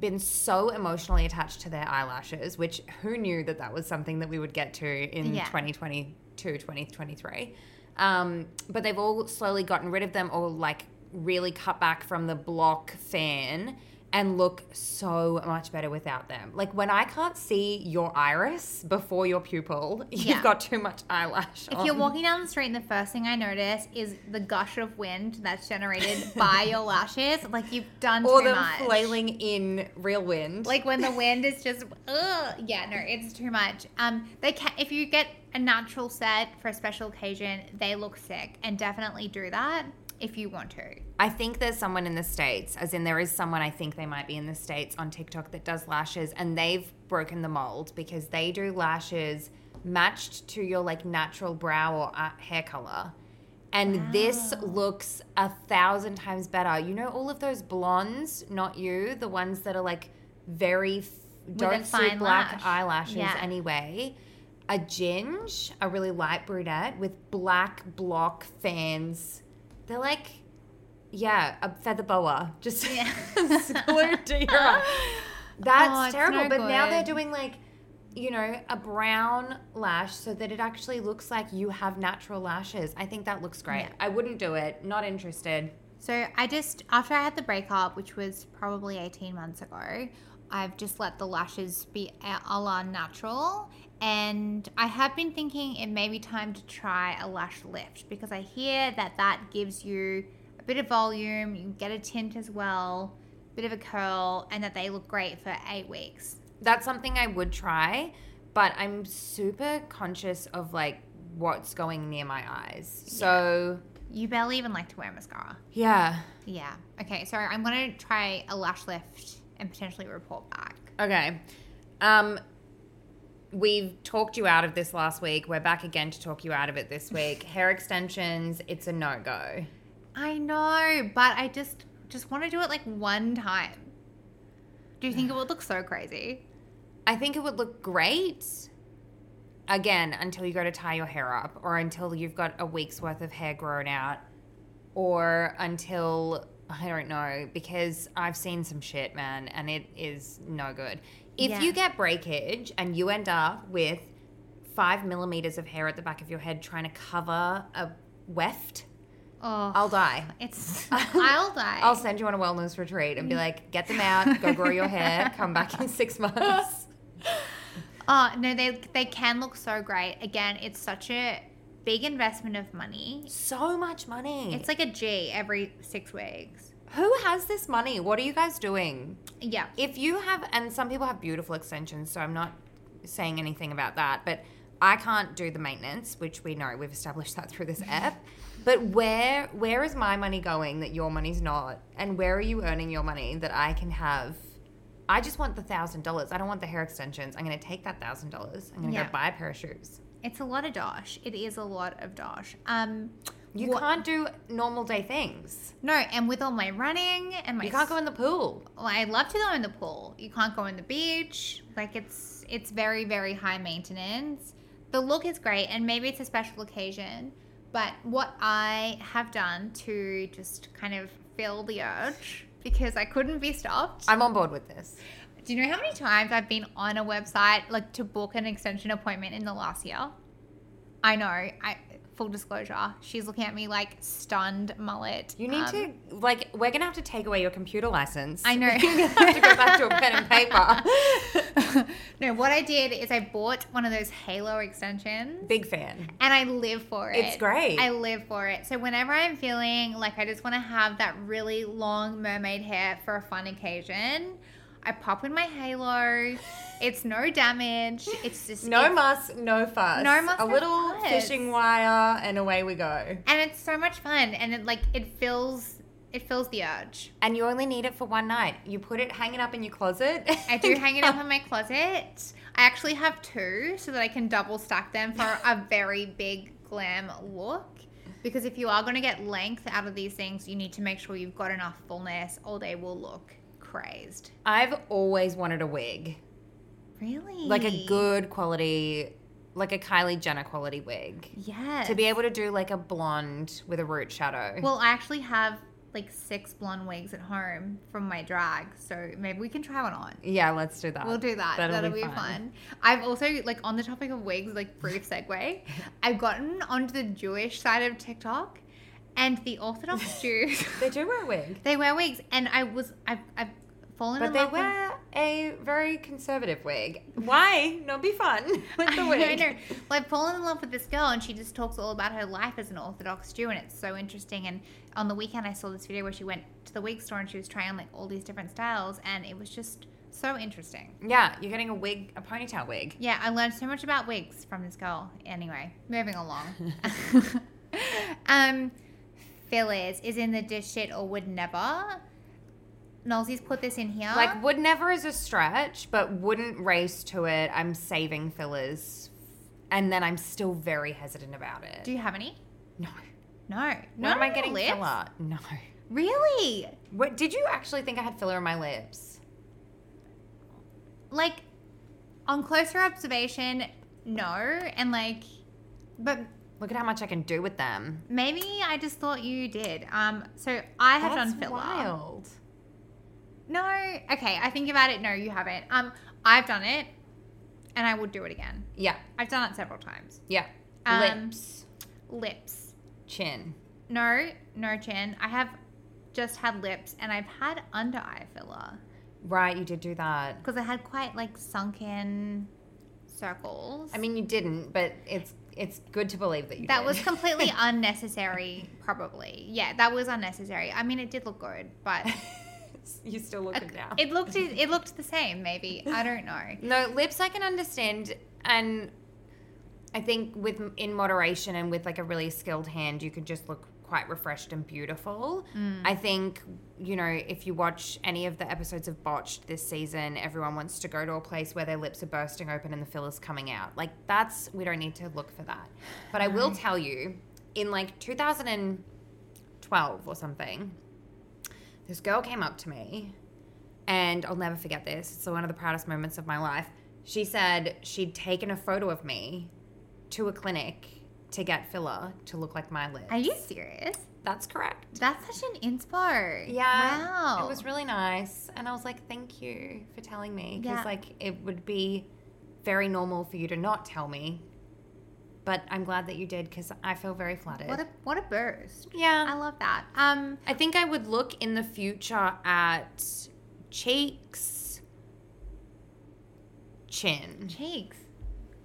been so emotionally attached to their eyelashes, which who knew that that was something that we would get to in
Yeah.
2022, 2023. Um, but they've all slowly gotten rid of them or like really cut back from the block fan and look so much better without them. Like when I can't see your iris before your pupil,
Yeah.
you've got too much eyelash.
If you're
on.
walking down the street and the first thing I notice is the gush of wind that's generated by your lashes, like you've done
or
too
them
much.
flailing in real wind.
Like when the wind is just, ugh, yeah, no, it's too much. Um, they can if you get a natural set for a special occasion, they look sick, and definitely do that if you want to.
I think there's someone in the States, as in there is someone I think they might be in the States on TikTok that does lashes and they've broken the mold because they do lashes matched to your like natural brow or uh, hair color. And this
Ah.
looks a thousand times better. You know, all of those blondes, not you, the ones that are like very, f-
a
don't
fine
suit black
lash.
eyelashes
Yeah.
anyway. A ginge, a really light brunette with black block fans. They're like yeah, a feather boa just
Yeah.
glued to your eye. That's
Oh, it's
terrible.
no
but now they're
good.
doing like, you know, a brown lash so that it actually looks like you have natural lashes. I think that looks great.
Yeah.
I wouldn't do it. Not interested.
So I just after I had the breakup, which was probably eighteen months ago, I've just let the lashes be a a la natural, and I have been thinking it may be time to try a lash lift because I hear that that gives you a bit of volume, you get a tint as well, bit of a curl, and that they look great for eight weeks.
That's something I would try, but I'm super conscious of like what's going near my eyes. So,
You barely even like to wear mascara.
yeah.
Yeah. Okay. So I'm gonna try a lash lift and potentially report back.
Okay. Um, we've talked you out of this last week. We're back again to talk you out of it this week. Hair extensions, it's a no go.
I know, but I just just want to do it like one time. Do you think it would look so crazy?
I think it would look great again until you go to tie your hair up or until you've got a week's worth of hair grown out or until I don't know because I've seen some shit man and it is no good. If
Yeah.
you get breakage and you end up with 5 millimeters of hair at the back of your head trying to cover a weft,
Oh,
I'll die.
it's I'll die.
I'll send you on a wellness retreat and be like, get them out, go grow your hair, come back in six months.
oh no, they they can look so great. Again, it's such a big investment of money.
So much money.
It's like a G every six weeks.
Who has this money? What are you guys doing?
Yeah.
If you have, and some people have beautiful extensions, so I'm not saying anything about that, but I can't do the maintenance, which we know we've established that through this app. But where where is my money going that your money's not? And where are you earning your money that I can have? I just want the thousand dollars. I don't want the hair extensions. I'm gonna take that thousand dollars. I'm gonna
Yeah.
go buy a pair of shoes.
It's a lot of dosh. It is a lot of dosh. Um
You
What-
can't do normal day things.
no, and with all my running and my
You can't go in the pool.
Well, I love to go in the pool. You can't go in the beach. Like it's it's very very high maintenance. The look is great, and maybe it's a special occasion. But what I have done to just kind of fill the urge because I couldn't be stopped.
I'm on board with this.
Do you know how many times I've been on a website like to book an extension appointment in the last year? I know. I full disclosure. She's looking at me like stunned mullet.
You need
Um,
to like. We're gonna have to take away your computer license.
I know.
You're gonna have to go back to a pen and paper.
no, what I did is I bought one of those Halo extensions
Big fan.
and I live for it.
It's great.
I live for it. So whenever I'm feeling like I just want to have that really long mermaid hair for a fun occasion, I pop in my Halo. It's no damage. It's just
No
it's-
muss, no fuss.
No muss,
A
no
little
fuss.
fishing wire, and away we go.
and it's so much fun and it like it fills it fills the urge.
And you only need it for one night. You put it, hang it up in your closet.
I do hang it up in my closet. I actually have two so that I can double stack them for a very big glam look. Because if you are going to get length out of these things, you need to make sure you've got enough fullness or they will look crazed.
I've always wanted a wig,
Really?
like a good quality, like a Kylie Jenner quality wig,
Yes.
to be able to do like a blonde with a root shadow.
Well, I actually have like six blonde wigs at home from my drag, so maybe we can try one on.
Yeah, let's do that.
We'll do that.
That'll
That'll,
be
be,
fun.
fun. I've also like on the topic of wigs, like brief segue. I've gotten onto the Jewish side of TikTok, and the Orthodox Jews
They do wear a wig.
they wear wigs, and I was I've I've fallen
But
in
they
love with
wear a very conservative wig. Why? Not be fun with the
I
wig.
know. Well, I've fallen in love with this girl, and she just talks all about her life as an Orthodox Jew, and it's so interesting. And on the weekend, I saw this video where she went to the wig store and she was trying like all these different styles, and it was just so interesting.
Yeah, you're getting a wig, a ponytail wig.
Yeah, I learned so much about wigs from this girl. Anyway, moving along. um, fillers is in the dish shit or would never. Nolsey's put this in here.
Like would never is a stretch, but wouldn't race to it. I'm saving fillers, and then I'm still very hesitant about it.
do you have any?
no,
No. Where no.
Where am I getting
lips?
filler? No.
Really?
What did you actually think I had filler in my lips?
like on closer observation no and like but
Look at how much I can do with them.
maybe i just thought you did um so i have
That's
done filler
Wild.
no okay i think about it no you haven't um i've done it and i would do it again
Yeah,
i've done it several times
yeah.
Um,
lips,
lips
chin.
no no chin i have just had lips and i've had under eye filler
Right, you did do that.
because i had quite like sunken circles
I mean, you didn't, but it's it's good to believe that you.
That
did.
was completely unnecessary, probably. Yeah, that was unnecessary. I mean, it did look good, but
you still look good now.
it looked it looked the same. Maybe I don't know.
no lips, I can understand, and I think with in moderation and with like a really skilled hand, you could just look quite refreshed and beautiful. I think you know if you watch any of the episodes of Botched this season, everyone wants to go to a place where their lips are bursting open and the filler's coming out. Like that's we don't need to look for that. But I will tell you, in like 2012 or something, this girl came up to me and I'll never forget this. It's one of the proudest moments of my life. She said she'd taken a photo of me to a clinic to get filler to look like my lips.
Are you serious?
That's correct.
That's such an inspo.
Yeah.
Wow.
It was really nice. And I was like, thank you for telling me. Because,
Yeah.
like, it would be very normal for you to not tell me. But I'm glad that you did because I feel very flattered.
what a what a burst.
yeah.
I love that. Um.
I think I would look in the future at cheeks, chin.
Cheeks.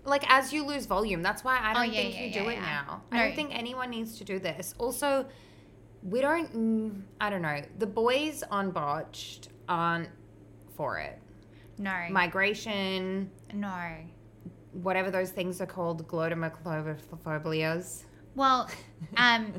Like as you lose volume, that's why I
Oh,
don't
yeah,
think
yeah,
you
yeah,
do it
yeah.
now. I
No.
don't think anyone needs to do this. Also, we don't. Mm, I don't know. The boys on botched aren't for it.
No.
Migration,
no.
whatever those things are called, glotomaclovophilias.
Well, um,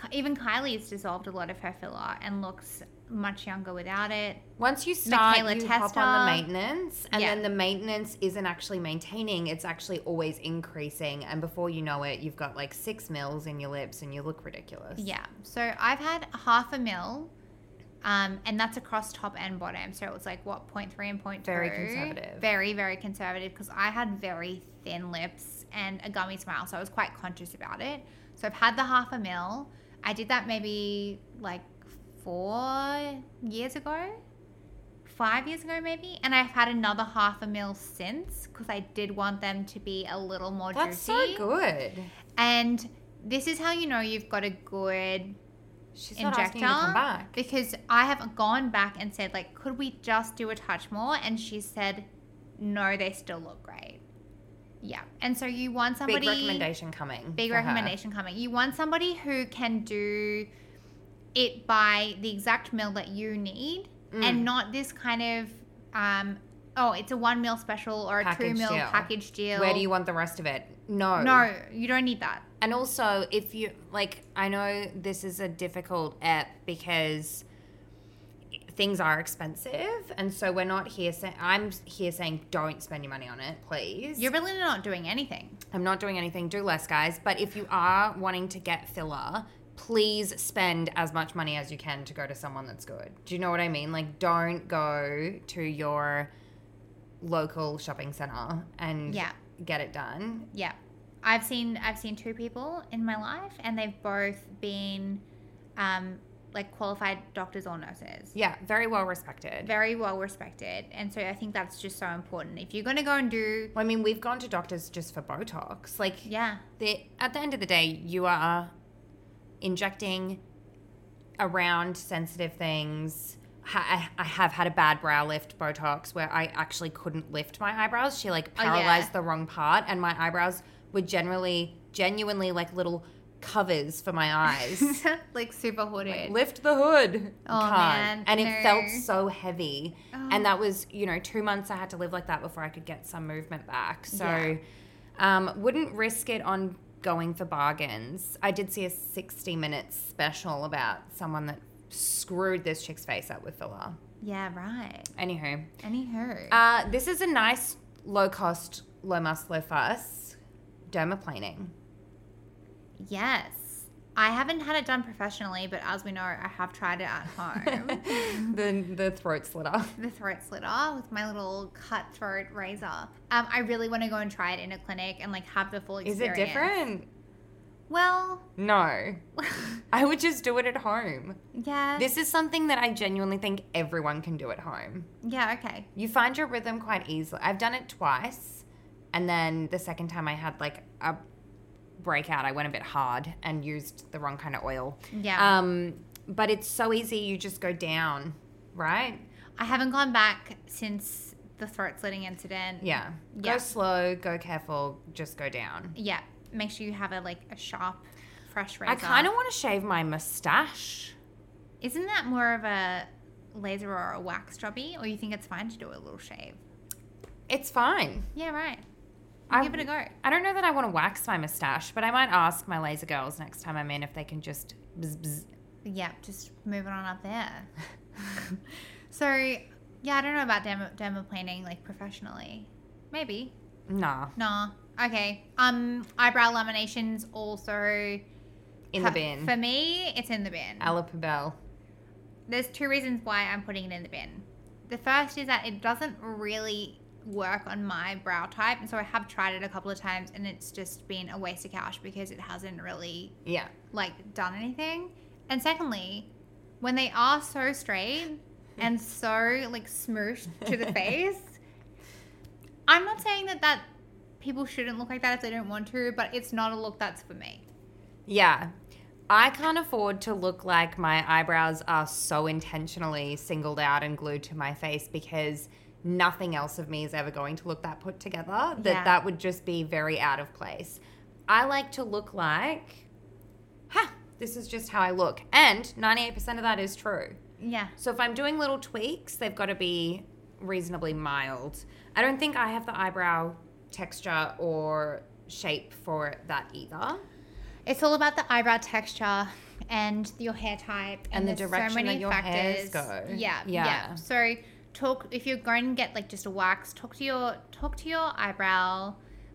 Ki- even Kylie's dissolved a lot of her filler and looks much younger without it.
Once you start,
Michaela
you hop on the
Testa.
maintenance, and
Yeah.
then the maintenance isn't actually maintaining; it's actually always increasing. And before you know it, you've got like six mils in your lips, and you look ridiculous.
Yeah. So I've had half a mil, um, and that's across top and bottom. So it was like what point three and point two.
Very conservative.
Very very conservative because I had very thin lips and a gummy smile, so I was quite conscious about it. So I've had the half a mil. I did that maybe like four years ago. Five years ago, maybe, and I've had another half a mil since because I did want them to be a little more
that's
juicy.
so good.
And this is how you know you've got a good
She's not asking
injector
you to come back.
because I have gone back and said like, could we just do a touch more? And she said, no, they still look great. Yeah, and so you want somebody
big recommendation coming.
big
for her.
recommendation coming. You want somebody who can do it by the exact meal that you need,
Mm.
and not this kind of um, oh, it's a one meal special or a
Package
two meal
deal.
package deal.
Where do you want the rest of it? No.
No, you don't need that.
And also, if you like, I know this is a difficult app because things are expensive, and so we're not here saying I'm here saying don't spend your money on it, please.
You're really not doing anything.
I'm not doing anything. Do less, guys. But if you are wanting to get filler, please spend as much money as you can to go to someone that's good. Do you know what I mean? Like, don't go to your local shopping center and
Yeah.
get it done.
Yeah. I've seen I've seen two people in my life and they've both been um, like qualified doctors or nurses.
Yeah, very well respected.
Very well respected. And so I think that's just so important. If you're going to go and do,
I mean, we've gone to doctors just for Botox. Like,
yeah,
the, at the end of the day, you are injecting around sensitive things. Ha- I I have had a bad brow lift Botox where I actually couldn't lift my eyebrows. She like
Oh, yeah.
paralyzed the wrong part, and my eyebrows were generally, genuinely like little covers for my eyes.
like super hooded.
lift the hood.
Oh,
Can't.
man,
and
no.
it felt so heavy.
Oh.
And that was, you know, two months I had to live like that before I could get some movement back. So
Yeah.
um, wouldn't risk it on going for bargains. I did see a 60 minute special about someone that screwed this chick's face up with filler.
yeah, right.
Anywho,
Anywho.
uh, this is a nice, low cost, low must, low fuss dermaplaning.
yes. I haven't had it done professionally, but as we know, I have tried it at home.
the, the throat slitter.
the throat slitter with my little cut throat razor. Um, I really want to go and try it in a clinic and like have the full
Is
experience.
it different?
Well,
No. I would just do it at home.
yeah.
This is something that I genuinely think everyone can do at home.
yeah, okay.
You find your rhythm quite easily. I've done it twice, and then the second time I had like a breakout. I went a bit hard and used the wrong kind of oil.
Yeah.
Um, but it's so easy. You just go down, right?
I haven't gone back since the throat slitting incident.
Yeah.
Yeah.
Go slow. Go careful. Just go down.
Yeah. Make sure you have a like a sharp, fresh razor.
I kind of want to shave my mustache.
Isn't that more of a laser or a wax jobby, or you think it's fine to do a little shave?
It's fine.
Yeah, right.
I-
Give it a go.
I don't know that I want to wax my mustache, but I might ask my laser girls next time I'm in if they can just. Bzz, bzz.
Yeah, just moving on up there. so, yeah, I don't know about demo, dermaplaning like professionally. Maybe.
Nah,
Nah. Okay. Um, eyebrow laminations also
in
ha-
the bin.
For me, it's in the bin.
Alapabel.
There's two reasons why I'm putting it in the bin. The first is that it doesn't really work on my brow type, and so I have tried it a couple of times, and it's just been a waste of cash because it hasn't really
Yeah.
like done anything. And secondly, when they are so straight and so like smooshed to the face, I'm not saying that that people shouldn't look like that if they don't want to, but it's not a look that's for me.
Yeah. I can't afford to look like my eyebrows are so intentionally singled out and glued to my face because nothing else of me is ever going to look that put together. That
Yeah.
that would just be very out of place. I like to look like, ha, this is just how I look. And 98% of that is true.
Yeah.
So if I'm doing little tweaks, they've got to be reasonably mild. I don't think I have the eyebrow texture or shape for that either.
It's all about the eyebrow texture and your hair type
And the
there's
direction that your hairs go.
Yeah, yeah.
Yeah.
So talk if you're going to get like just a wax, talk to your talk to your eyebrow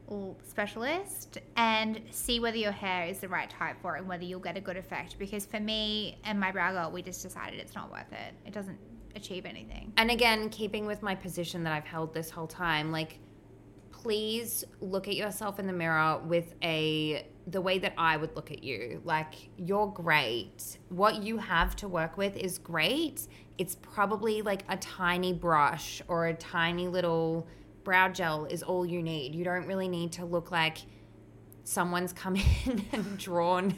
l- specialist and see whether your hair is the right type for it and whether you'll get a good effect because for me and my brow girl we just decided it's not worth it. It doesn't achieve anything.
And again, keeping with my position that I've held this whole time, like please look at yourself in the mirror with a the way that I would look at you. Like you're great. What you have to work with is great. It's probably like a tiny brush or a tiny little brow gel is all you need. You don't really need to look like someone's come in and drawn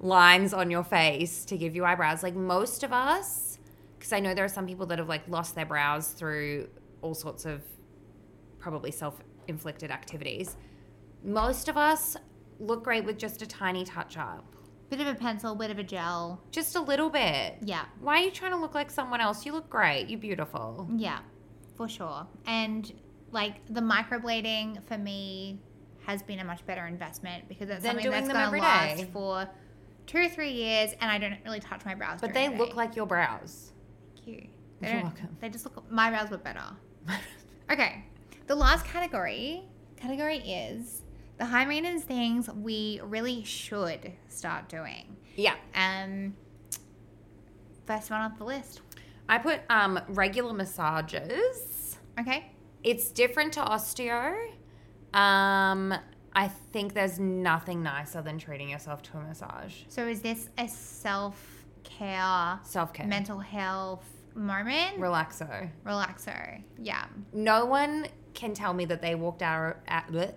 lines on your face to give you eyebrows. Like most of us, because I know there are some people that have like lost their brows through all sorts of probably self inflicted activities. Most of us look great with just a tiny touch up,
Bit of a pencil, bit of a gel.
just a little bit.
Yeah.
Why are you trying to look like someone else? You look great. You're beautiful.
Yeah, for sure. And like the microblading for me has been a much better investment because that's
Than
something
doing
that's
them
going to
every
last
day.
for two or three years, and I don't really touch my brows.
But they
during the
look
day.
like your brows.
Thank you. They
You're
don't-
welcome.
They just look. My brows were better. Okay, the last category category is the high maintenance things we really should start doing.
yeah.
Um, first one off the list.
I put um, regular massages.
Okay.
It's different to osteo. Um, I think there's nothing nicer than treating yourself to a massage.
So is this a self care,
Self care.
mental health moment.
Relaxo.
Relaxer. Yeah.
No one can tell me that they walked out at, bleh.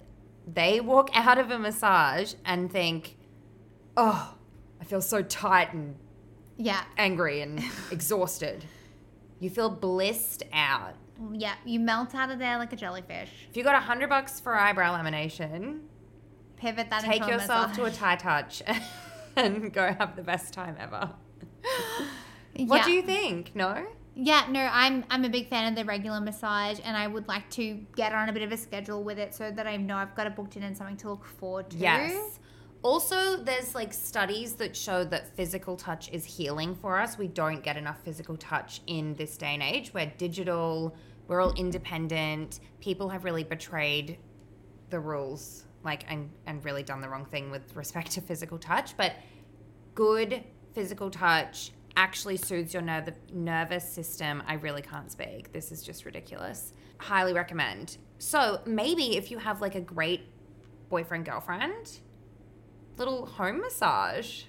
they walk out of a massage and think, "Oh, I feel so tight and
Yeah.
angry and exhausted." You feel blissed out.
Yeah. You melt out of there like a jellyfish.
If you got a hundred bucks for eyebrow lamination,
Pivot that
take
into
yourself to a
massage.
Thai touch and go have the best time ever. What
Yeah.
do you think? No?
Yeah, no, I'm I'm a big fan of the regular massage, and I would like to get on a bit of a schedule with it so that I know I've got it booked in and something to look forward to.
Yes. Also, there's like studies that show that physical touch is healing for us. We don't get enough physical touch in this day and age. We're digital, we're all independent. People have really betrayed the rules, like, and, and really done the wrong thing with respect to physical touch. But good physical touch actually soothes your nerve, nervous system. I really can't speak. This is just ridiculous. Highly recommend. So maybe if you have like a great boyfriend, girlfriend, little home massage.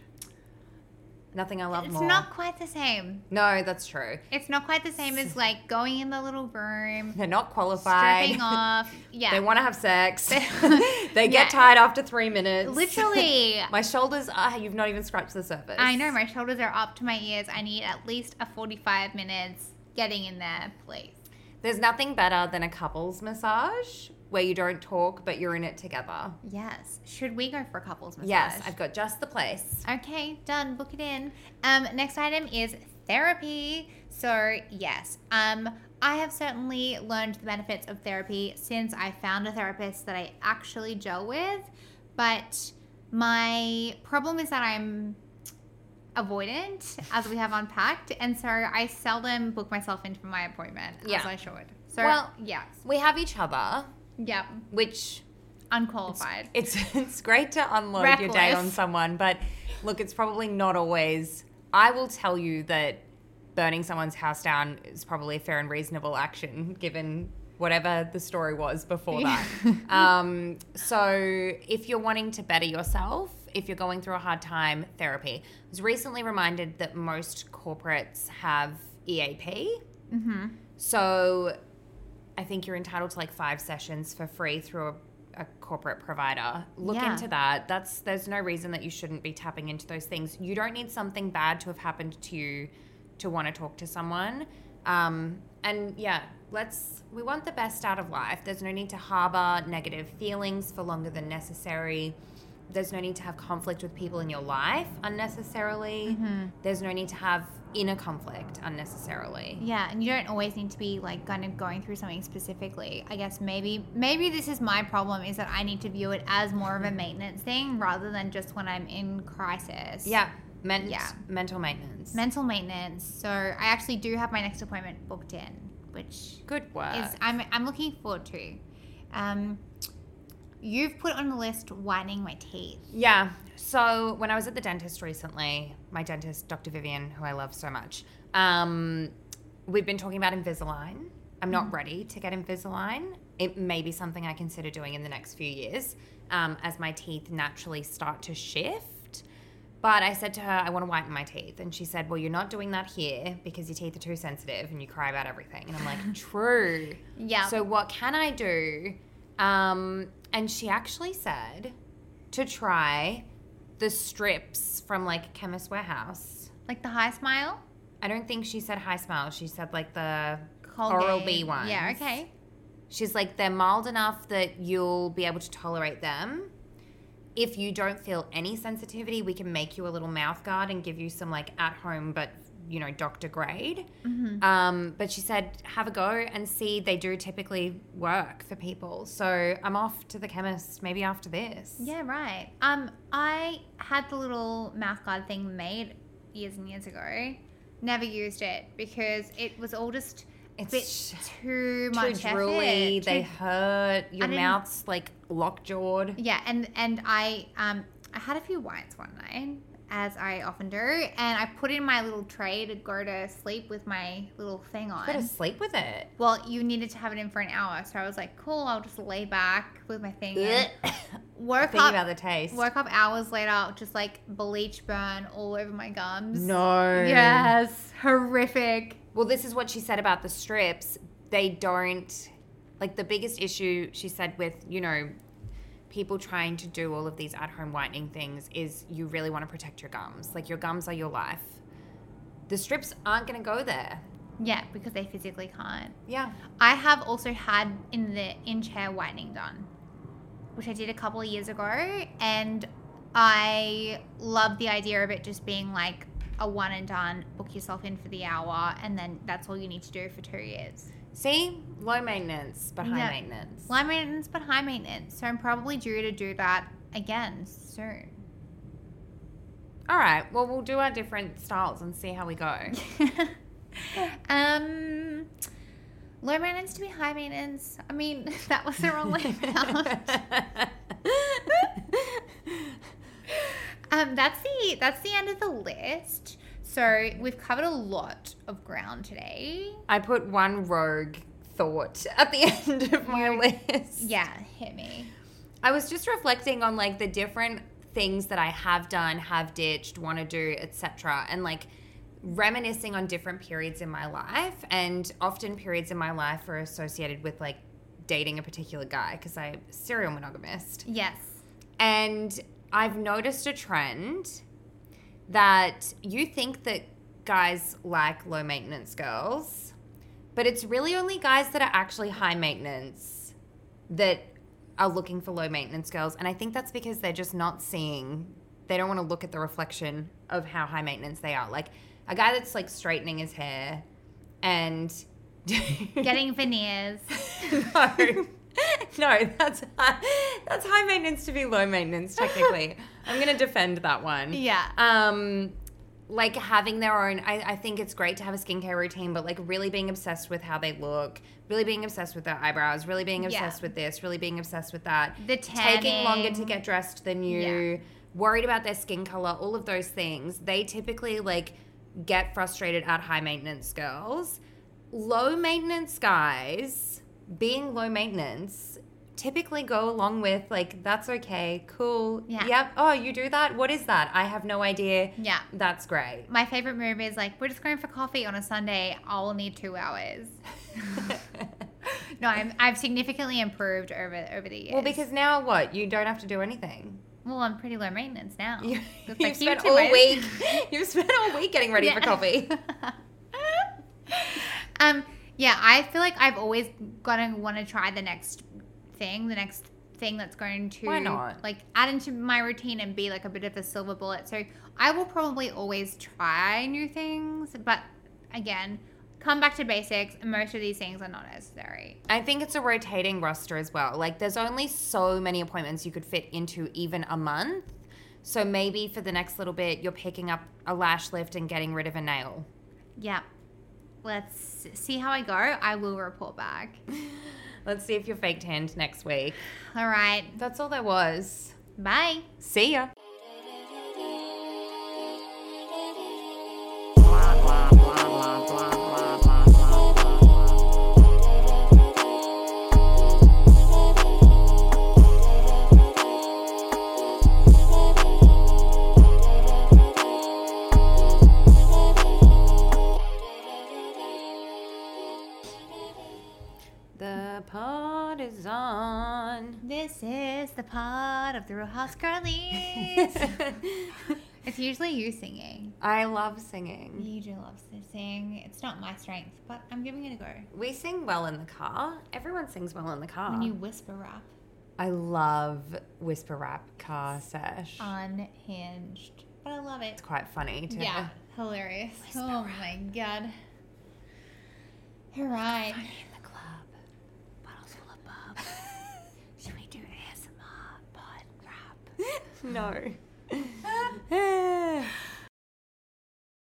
Nothing I love
It's
more.
not quite the same.
no, that's true.
It's not quite the same as like going in the little room,
They're not qualified.
stripping off.
They
Yeah.
want to have sex. they get
Yeah.
tired after three minutes.
Literally.
my shoulders are, you've not even scratched the surface.
I know my shoulders are up to my ears. I need at least a 45 minutes getting in there, please.
There's nothing better than a couples massage where you don't talk but you're in it together.
Yes. Should we go for a couples massage?
Yes, I've got just the place.
Okay, done. Book it in. Um, next item is therapy. So yes, um, I have certainly learned the benefits of therapy since I found a therapist that I actually gel with. But my problem is that I'm avoidant, as we have unpacked, and so I seldom book myself in for my appointment
Yeah.
as I should. So
Well-
yes,
We have each other,
yep,
which
unqualified.
it's it's great to unload your day
Reckless.
on someone, but look, it's probably not always. I will tell you that burning someone's house down is probably a fair and reasonable action given whatever the story was before that. um, so if you're wanting to better yourself, if you're going through a hard time, therapy. I was recently reminded that most corporates have E EAP.
Mm-hmm.
So I think you're entitled to like five sessions for free through a, a corporate provider. Look
Yeah.
into that. That's there's no reason that you shouldn't be tapping into those things. You don't need something bad to have happened to you to want to talk to someone. Um, and yeah, let's we want the best out of life. There's no need to harbor negative feelings for longer than necessary. There's no need to have conflict with people in your life unnecessarily. There's no need to have inner conflict unnecessarily.
Yeah, and you don't always need to be like kind of going through something specifically. I guess maybe maybe this is my problem is that I need to view it as more
Mm-hmm.
of a maintenance thing rather than just when I'm in crisis.
Yeah. Men-
Yeah.
Mental maintenance.
Mental maintenance. So I actually do have my next appointment booked in, which
Good work.
is I'm I'm looking forward to. Um you've put on the list whitening my teeth.
yeah. So when I was at the dentist recently, my dentist, Dr. Vivian, who I love so much, um, we've been talking about Invisalign. I'm not ready to get Invisalign. It may be something I consider doing in the next few years um, as my teeth naturally start to shift. But I said to her, I want to whiten my teeth. And she said, Well, you're not doing that here because your teeth are too sensitive and you cry about everything. And I'm like, True.
Yeah.
So what can I do? Um, and she actually said to try the strips from like Chemist Warehouse.
like the high smile?
I don't think she said high smile. She said like the
Colgate.
Oral B ones.
Yeah, okay.
she's like they're mild enough that you'll be able to tolerate them. If you don't feel any sensitivity, we can make you a little mouth guard and give you some like at home but you know doctor grade.
Mhm.
Um, but she said, have a go and see. They do typically work for people. So I'm off to the chemist maybe after this.
Yeah, right. Um, I had the little mouth guard thing made years and years ago. Never used it because it was all just a bit
It's
too
too
much
drooly.
effort.
they
too-
hurt. Your
didn't-
mouth's like lockjawed.
yeah, and and I um I had a few whites one night as I often do, and I put it in my little tray to go to sleep with my little thing on.
Gotta sleep with it.
Well, you needed to have it in for an hour, so I was like, cool, I'll just lay back with my thing. and Woke
Think about
up,
the taste.
woke up hours later, just like bleach burn all over my gums.
No.
Yes, horrific.
Well, this is what she said about the strips. They don't like the biggest issue she said with, you know, people trying to do all of these at-home whitening things is you really want to protect your gums. Like your gums are your life. The strips aren't going to go there.
Yeah, because they physically can't.
Yeah.
I have also had in the in chair whitening done, which I did a couple of years ago, and I love the idea of it just being like a one and done. Book yourself in for the hour, and then that's all you need to do for two years.
See? Low maintenance, but high
Yeah.
maintenance.
Low maintenance, but high maintenance. So I'm probably due to do that again soon.
All right. Well, we'll do our different styles and see how we go.
um, low maintenance to be high maintenance. I mean, that was the wrong way around. Um, that's the that's the end of the list. So we've covered a lot of ground today.
I put one rogue thought at the end of my list.
Yeah, hit me.
I was just reflecting on like the different things that I have done, have ditched, want to do, etc. and like reminiscing on different periods in my life and often periods in my life are associated with like dating a particular guy because I'm a serial monogamist.
Yes.
And I've noticed a trend that you think that guys like low maintenance girls, but it's really only guys that are actually high maintenance that are looking for low maintenance girls. And I think that's because they're just not seeing, they don't want to look at the reflection of how high maintenance they are. Like a guy that's like straightening his hair and
Getting veneers.
no, no, that's high, that's high maintenance to be low maintenance. Technically, I'm gonna defend that one.
Yeah.
Um, like having their own. I, I think it's great to have a skincare routine, but like really being obsessed with how they look, really being obsessed with their eyebrows, really being
Yeah.
obsessed with this, really being obsessed with that.
The
Taking longer to
tanning.
get dressed than you.
Yeah.
Worried about their skin color, all of those things. They typically like get frustrated at high maintenance girls low maintenance guys being low maintenance typically go along with like that's okay cool
Yeah.
yep oh you do that what is that i have no idea
Yeah.
that's great
My favorite move is like, we're just going for coffee on a Sunday. I'll need two hours. No, I'm, I've significantly improved over over the years.
well because now what you don't have to do anything
well, I'm pretty low maintenance now.
you, you've
Just Oh, like you
spent
two
all
ways.
week you've spent all week getting ready for
Yeah.
coffee
um, yeah, I feel like I've always gonna want to try the next thing, the next thing that's going to
Why not?
like add into my routine and be like a bit of a silver bullet. So I will probably always try new things, but again, come back to basics. Most of these things are not necessary.
I think it's a rotating roster as well. Like, there's only so many appointments you could fit into even a month. So maybe for the next little bit, you're picking up a lash lift and getting rid of a nail.
Yeah. Let's see how I go. I will report back.
Let's see if you're fake tanned next week.
All right.
That's all there was.
Bye.
See ya. The pod is on.
This is the part of the Real House Girlies. it's usually you singing.
I love singing.
You do love to sing. It's not my strength, but I'm giving it a go.
We sing well in the car. Everyone sings well in the car.
When you whisper rap,
I love whisper rap car sesh.
unhinged. But I love it.
it's quite funny too.
Yeah, hilarious. oh my god. All right.
In the club, bottles full of bub. Should we do ASMR pod rap? No.